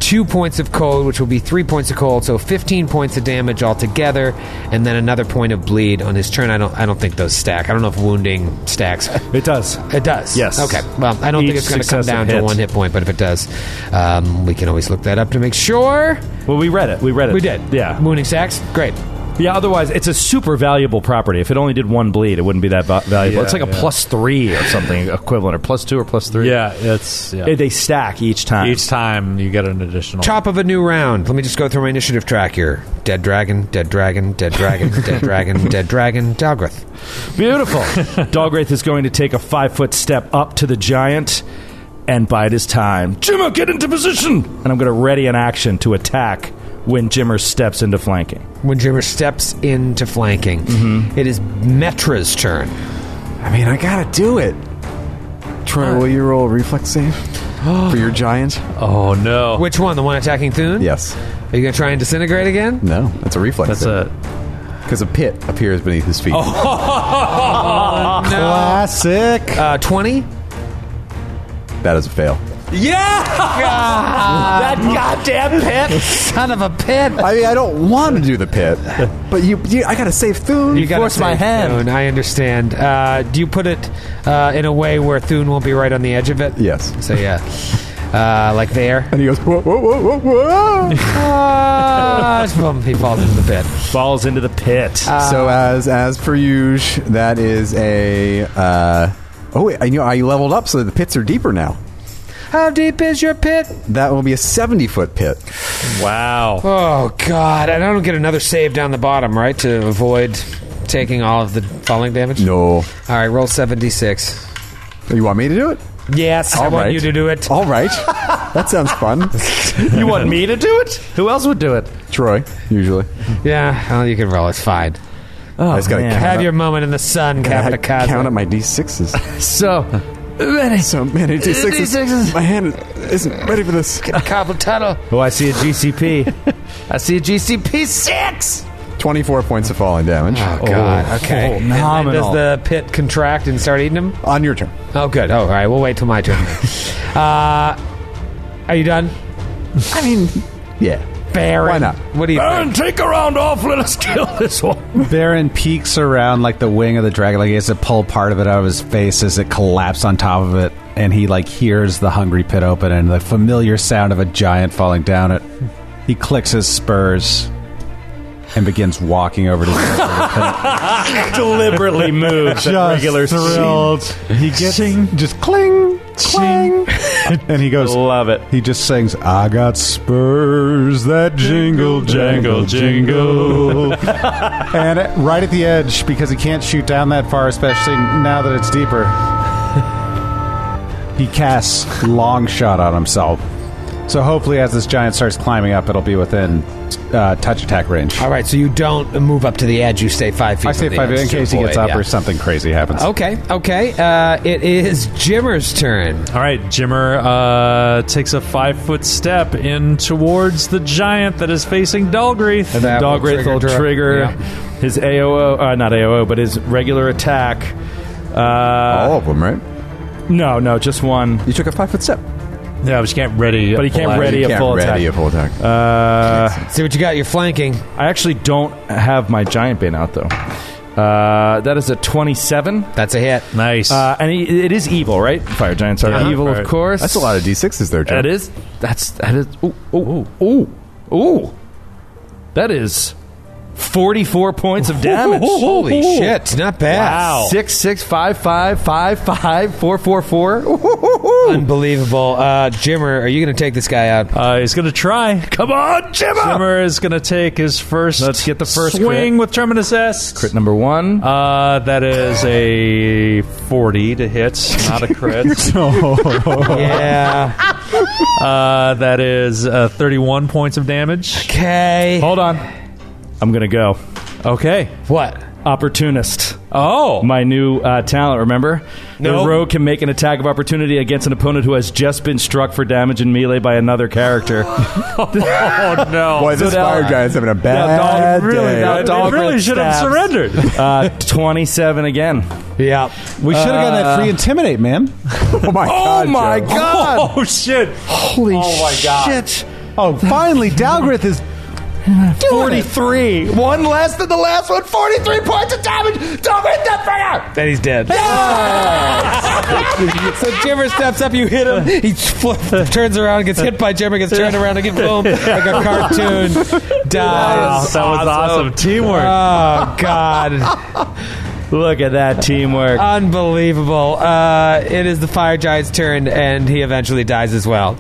Speaker 3: 2 points of cold, which will be 3 points of cold, so 15 points of damage altogether, and then another point of bleed on his turn. I don't I don't think those stack. I don't know if wounding stacks.
Speaker 9: It does.
Speaker 3: It does.
Speaker 9: Yes.
Speaker 3: Okay. Well, I don't
Speaker 9: Each
Speaker 3: think it's going to come
Speaker 9: successive
Speaker 3: down to
Speaker 9: hit.
Speaker 3: one hit point, but if it does, um, we can always look that up to make sure.
Speaker 9: Well, we read it. We read it.
Speaker 3: We did.
Speaker 9: Yeah.
Speaker 3: Wounding stacks? Great.
Speaker 9: Yeah, otherwise, it's a super valuable property. If it only did one bleed, it wouldn't be that va- valuable. it's like a plus three or something equivalent, or plus two or plus three.
Speaker 8: yeah, it's yeah.
Speaker 9: Eh, They stack each time.
Speaker 8: Each time you get an additional.
Speaker 3: Top of a new round. Let me just go through my initiative track here. Dead dragon, dead dragon, dead dragon, dead dragon, dead dragon, Dalgrith.
Speaker 8: <laughs>
Speaker 9: Beautiful. Dalgraith is going to take a five foot step up to the giant and bide his time. Jimmer, get into position! And I'm going to ready an action to attack when Jimmer steps into flanking.
Speaker 3: When Jimmer steps into flanking, it is Metra's turn.
Speaker 4: I mean, I gotta do it. Troy, will you roll a reflex save for your giant?
Speaker 8: Oh no.
Speaker 3: Which one? The one attacking Thune?
Speaker 4: Yes.
Speaker 3: Are you going to try and disintegrate again?
Speaker 4: No, that's a reflex.
Speaker 8: That's a
Speaker 4: because a pit appears beneath his feet.
Speaker 16: Classic.
Speaker 3: Uh, 20?
Speaker 4: That is a fail.
Speaker 3: Son of a pit.
Speaker 4: I mean, I don't want to do the pit, but you, you I gotta save Thune.
Speaker 3: You gotta
Speaker 4: forced
Speaker 3: save Thune, I understand. Uh, do you put it uh, in a way where Thune won't be right on the edge of it?
Speaker 4: Yes.
Speaker 3: So, yeah. Uh, like
Speaker 4: <laughs>
Speaker 3: there.
Speaker 4: And he goes, whoa, whoa, whoa, whoa, whoa.
Speaker 3: <laughs> Ah, boom, he falls into the pit.
Speaker 9: Falls into the pit.
Speaker 4: so as as per usual, that is a. Uh, oh, wait, I knew I leveled up, so the pits are deeper now.
Speaker 3: How deep is your pit?
Speaker 4: That will be a seventy foot pit.
Speaker 8: wow.
Speaker 3: Oh God! And I don't get another save down the bottom, right, to avoid taking all of the falling damage.
Speaker 4: No,
Speaker 3: All right, roll seventy six.
Speaker 4: you want me to do it?
Speaker 3: Yes, I
Speaker 4: All
Speaker 3: want
Speaker 4: right.
Speaker 3: you to do it. <laughs>
Speaker 4: All right, that sounds fun.
Speaker 9: you want me to do it? Who else would do it?
Speaker 4: Troy, usually.
Speaker 3: Yeah, well, you can roll. It's fine.
Speaker 9: Oh,
Speaker 4: I just gotta
Speaker 9: man.
Speaker 4: count
Speaker 3: Have
Speaker 4: up-
Speaker 3: your moment in the sun,
Speaker 4: I
Speaker 3: Captain
Speaker 4: count up
Speaker 3: Cosmo.
Speaker 4: my d
Speaker 2: <laughs>
Speaker 4: sixes.
Speaker 9: So, ready.
Speaker 4: So many d sixes. My hand isn't ready for this.
Speaker 3: Cobble Tuttle.
Speaker 9: Oh, I see a GCP. I see a GCP six.
Speaker 4: Twenty four points of falling damage
Speaker 3: Oh God! Okay. And then
Speaker 9: phenomenal.
Speaker 3: does the pit contract and start eating him?
Speaker 4: on your turn.
Speaker 3: Oh, good. Oh, all right. We'll wait till my
Speaker 4: <laughs>
Speaker 3: turn. uh, are you done?
Speaker 4: I mean, yeah.
Speaker 3: Baron.
Speaker 2: <laughs>
Speaker 4: Why not?
Speaker 3: What do you
Speaker 4: Uh,
Speaker 3: think?
Speaker 9: take a round off. Let us kill this one.
Speaker 2: Baron peeks around like the wing of the dragon, like he has to pull part of it out of his face as it collapsed on top of it, and he like hears the hungry pit open and the familiar sound of a giant falling down it. He clicks his spurs and begins walking
Speaker 4: <laughs>
Speaker 2: over to the
Speaker 8: <laughs>
Speaker 9: Deliberately moves. at
Speaker 12: Just
Speaker 9: regular
Speaker 12: thrilled. He gets just cling, clang,
Speaker 4: <laughs>
Speaker 12: and he goes.
Speaker 9: Love it.
Speaker 2: He just sings, "I got
Speaker 12: Spurs that jingle,
Speaker 9: <laughs>
Speaker 12: jangle, jingle.
Speaker 2: and it- right at the edge because he can't shoot down that far, especially now that it's deeper. He casts long shot on himself. So hopefully, as this giant starts climbing up, it'll be within
Speaker 4: uh, touch attack range.
Speaker 12: All right, so you don't move up to the edge. You stay five feet.
Speaker 4: I say
Speaker 12: from the
Speaker 4: five
Speaker 12: edge
Speaker 4: in
Speaker 12: to
Speaker 4: case he
Speaker 12: avoid,
Speaker 4: gets up
Speaker 12: yeah.
Speaker 4: or something crazy happens.
Speaker 12: Okay, okay. Uh, it is Jimmer's turn.
Speaker 8: All right, Jimmer uh, takes a five foot step in towards the giant that is facing Dalgreath.
Speaker 9: And then Dogwraith will trigger, his AOO, uh, not AOO, but his regular attack. Uh, All
Speaker 17: of them, right?
Speaker 9: No, no, just one.
Speaker 17: You took a five foot step.
Speaker 8: Yeah, but you can't ready.
Speaker 9: But he
Speaker 17: full
Speaker 9: can't
Speaker 17: attack.
Speaker 9: ready
Speaker 17: You
Speaker 9: a
Speaker 17: can't
Speaker 9: full attack.
Speaker 17: ready a full attack.
Speaker 9: Uh,
Speaker 12: See what you got. You're flanking.
Speaker 9: I actually don't have my giant bane out though. Uh, that is a twenty-seven.
Speaker 12: That's a hit.
Speaker 8: Nice.
Speaker 9: Uh, and he, it is evil, right? Fire giants are
Speaker 17: Uh-huh.
Speaker 9: evil,
Speaker 17: Right.
Speaker 9: of course.
Speaker 17: That's a lot of d6s there, Joe.
Speaker 9: That is. That's that is. Ooh, ooh, ooh, ooh, ooh. That is forty-four points of damage.
Speaker 12: Holy shit, not bad.
Speaker 9: Wow. Six, six, five, five, five, five, four, four, four.
Speaker 12: Unbelievable. Uh, Jimmer, are you going to take this guy out?
Speaker 8: Uh, he's going to try. Come on, Jimmer! Jimmer is going to take his first. Let's get the first swing with Terminus S. Crit
Speaker 9: number one.
Speaker 8: Uh, that is a forty to hit, not a <laughs> crit.
Speaker 12: <laughs> yeah.
Speaker 8: Uh, that is uh, thirty-one points of damage.
Speaker 12: Okay.
Speaker 9: Hold on. I'm gonna go. Okay.
Speaker 12: What?
Speaker 9: Opportunist.
Speaker 8: Oh,
Speaker 9: my new uh, talent. Remember,
Speaker 8: No.
Speaker 9: the rogue can make an attack of opportunity against an opponent who has just been struck for damage in melee by another character.
Speaker 8: oh
Speaker 17: <laughs>
Speaker 8: no!
Speaker 17: Boy, this fire giant's having a
Speaker 9: Yeah,
Speaker 17: bad
Speaker 9: dog, really,
Speaker 17: day.
Speaker 9: that dog
Speaker 8: really should have surrendered.
Speaker 9: Uh, Twenty-seven again.
Speaker 12: Yeah,
Speaker 4: We should have gotten that
Speaker 9: Uh,
Speaker 4: free intimidate, <laughs> man.
Speaker 17: Oh my
Speaker 9: Oh my
Speaker 17: Joe.
Speaker 4: <laughs>
Speaker 9: god!
Speaker 8: <laughs> Oh shit!
Speaker 9: Holy
Speaker 8: Oh my god!
Speaker 9: shit!
Speaker 4: Oh, finally, Dalgrith is.
Speaker 9: Forty-three. One less than the last one. Forty-three points of damage. Dominant Deathbringer.
Speaker 12: Then he's dead. so Jimmer steps up, you hit him. He fl- turns around, gets hit by Jimmer, gets turned around again, boom, like
Speaker 17: <laughs>
Speaker 12: a cartoon.
Speaker 8: Wow, Oh,
Speaker 12: Dies.
Speaker 8: that was awesome teamwork.
Speaker 12: Oh,
Speaker 8: <laughs>
Speaker 12: God.
Speaker 9: Look at that teamwork.
Speaker 12: Unbelievable. Uh, it is the fire giant's turn, and he eventually dies
Speaker 17: <laughs>
Speaker 12: as well.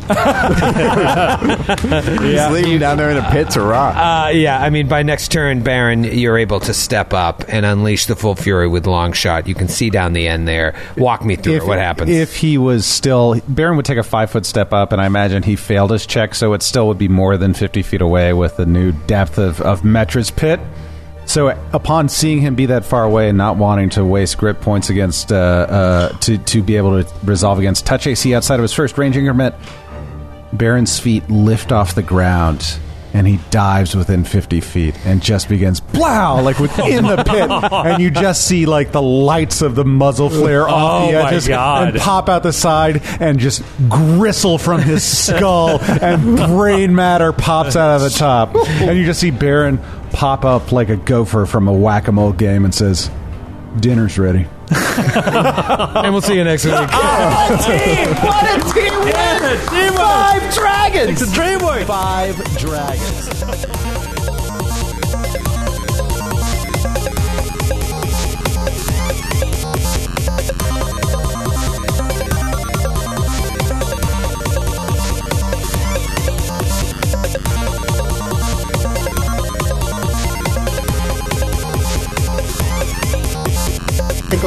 Speaker 17: He's leaving him down there in a pit to rot.
Speaker 12: Uh, yeah, I mean, by next turn, Baron, you're able to step up and unleash the full fury with long shot. You can see down the end there. Walk me through it. What happens?
Speaker 4: If he was still. Baron would take a five foot step up, and I imagine he failed his check, so it still would be more than 50 feet away with the new depth of, of Metra's pit. So, upon seeing him be that far away and not wanting to waste grip points against. Uh, uh, to, to be able to resolve against touch AC outside of his first range increment, Baron's feet lift off the ground and he dives within 50 feet and just begins
Speaker 18: Blow!
Speaker 8: <laughs>
Speaker 18: Like within the pit, and you just see like the lights of the muzzle flare off
Speaker 8: Oh
Speaker 18: the
Speaker 8: my
Speaker 18: edges
Speaker 8: God.
Speaker 18: and pop out the side, and just gristle from
Speaker 8: <laughs>
Speaker 18: his skull and brain matter pops out of the top, and you just see Baron pop up like a gopher from a whack a mole game and says, "Dinner's ready."
Speaker 12: and we'll see you next week.
Speaker 19: What a team win! Five dragons!
Speaker 8: It's a dream work.
Speaker 18: Five dragons.
Speaker 20: The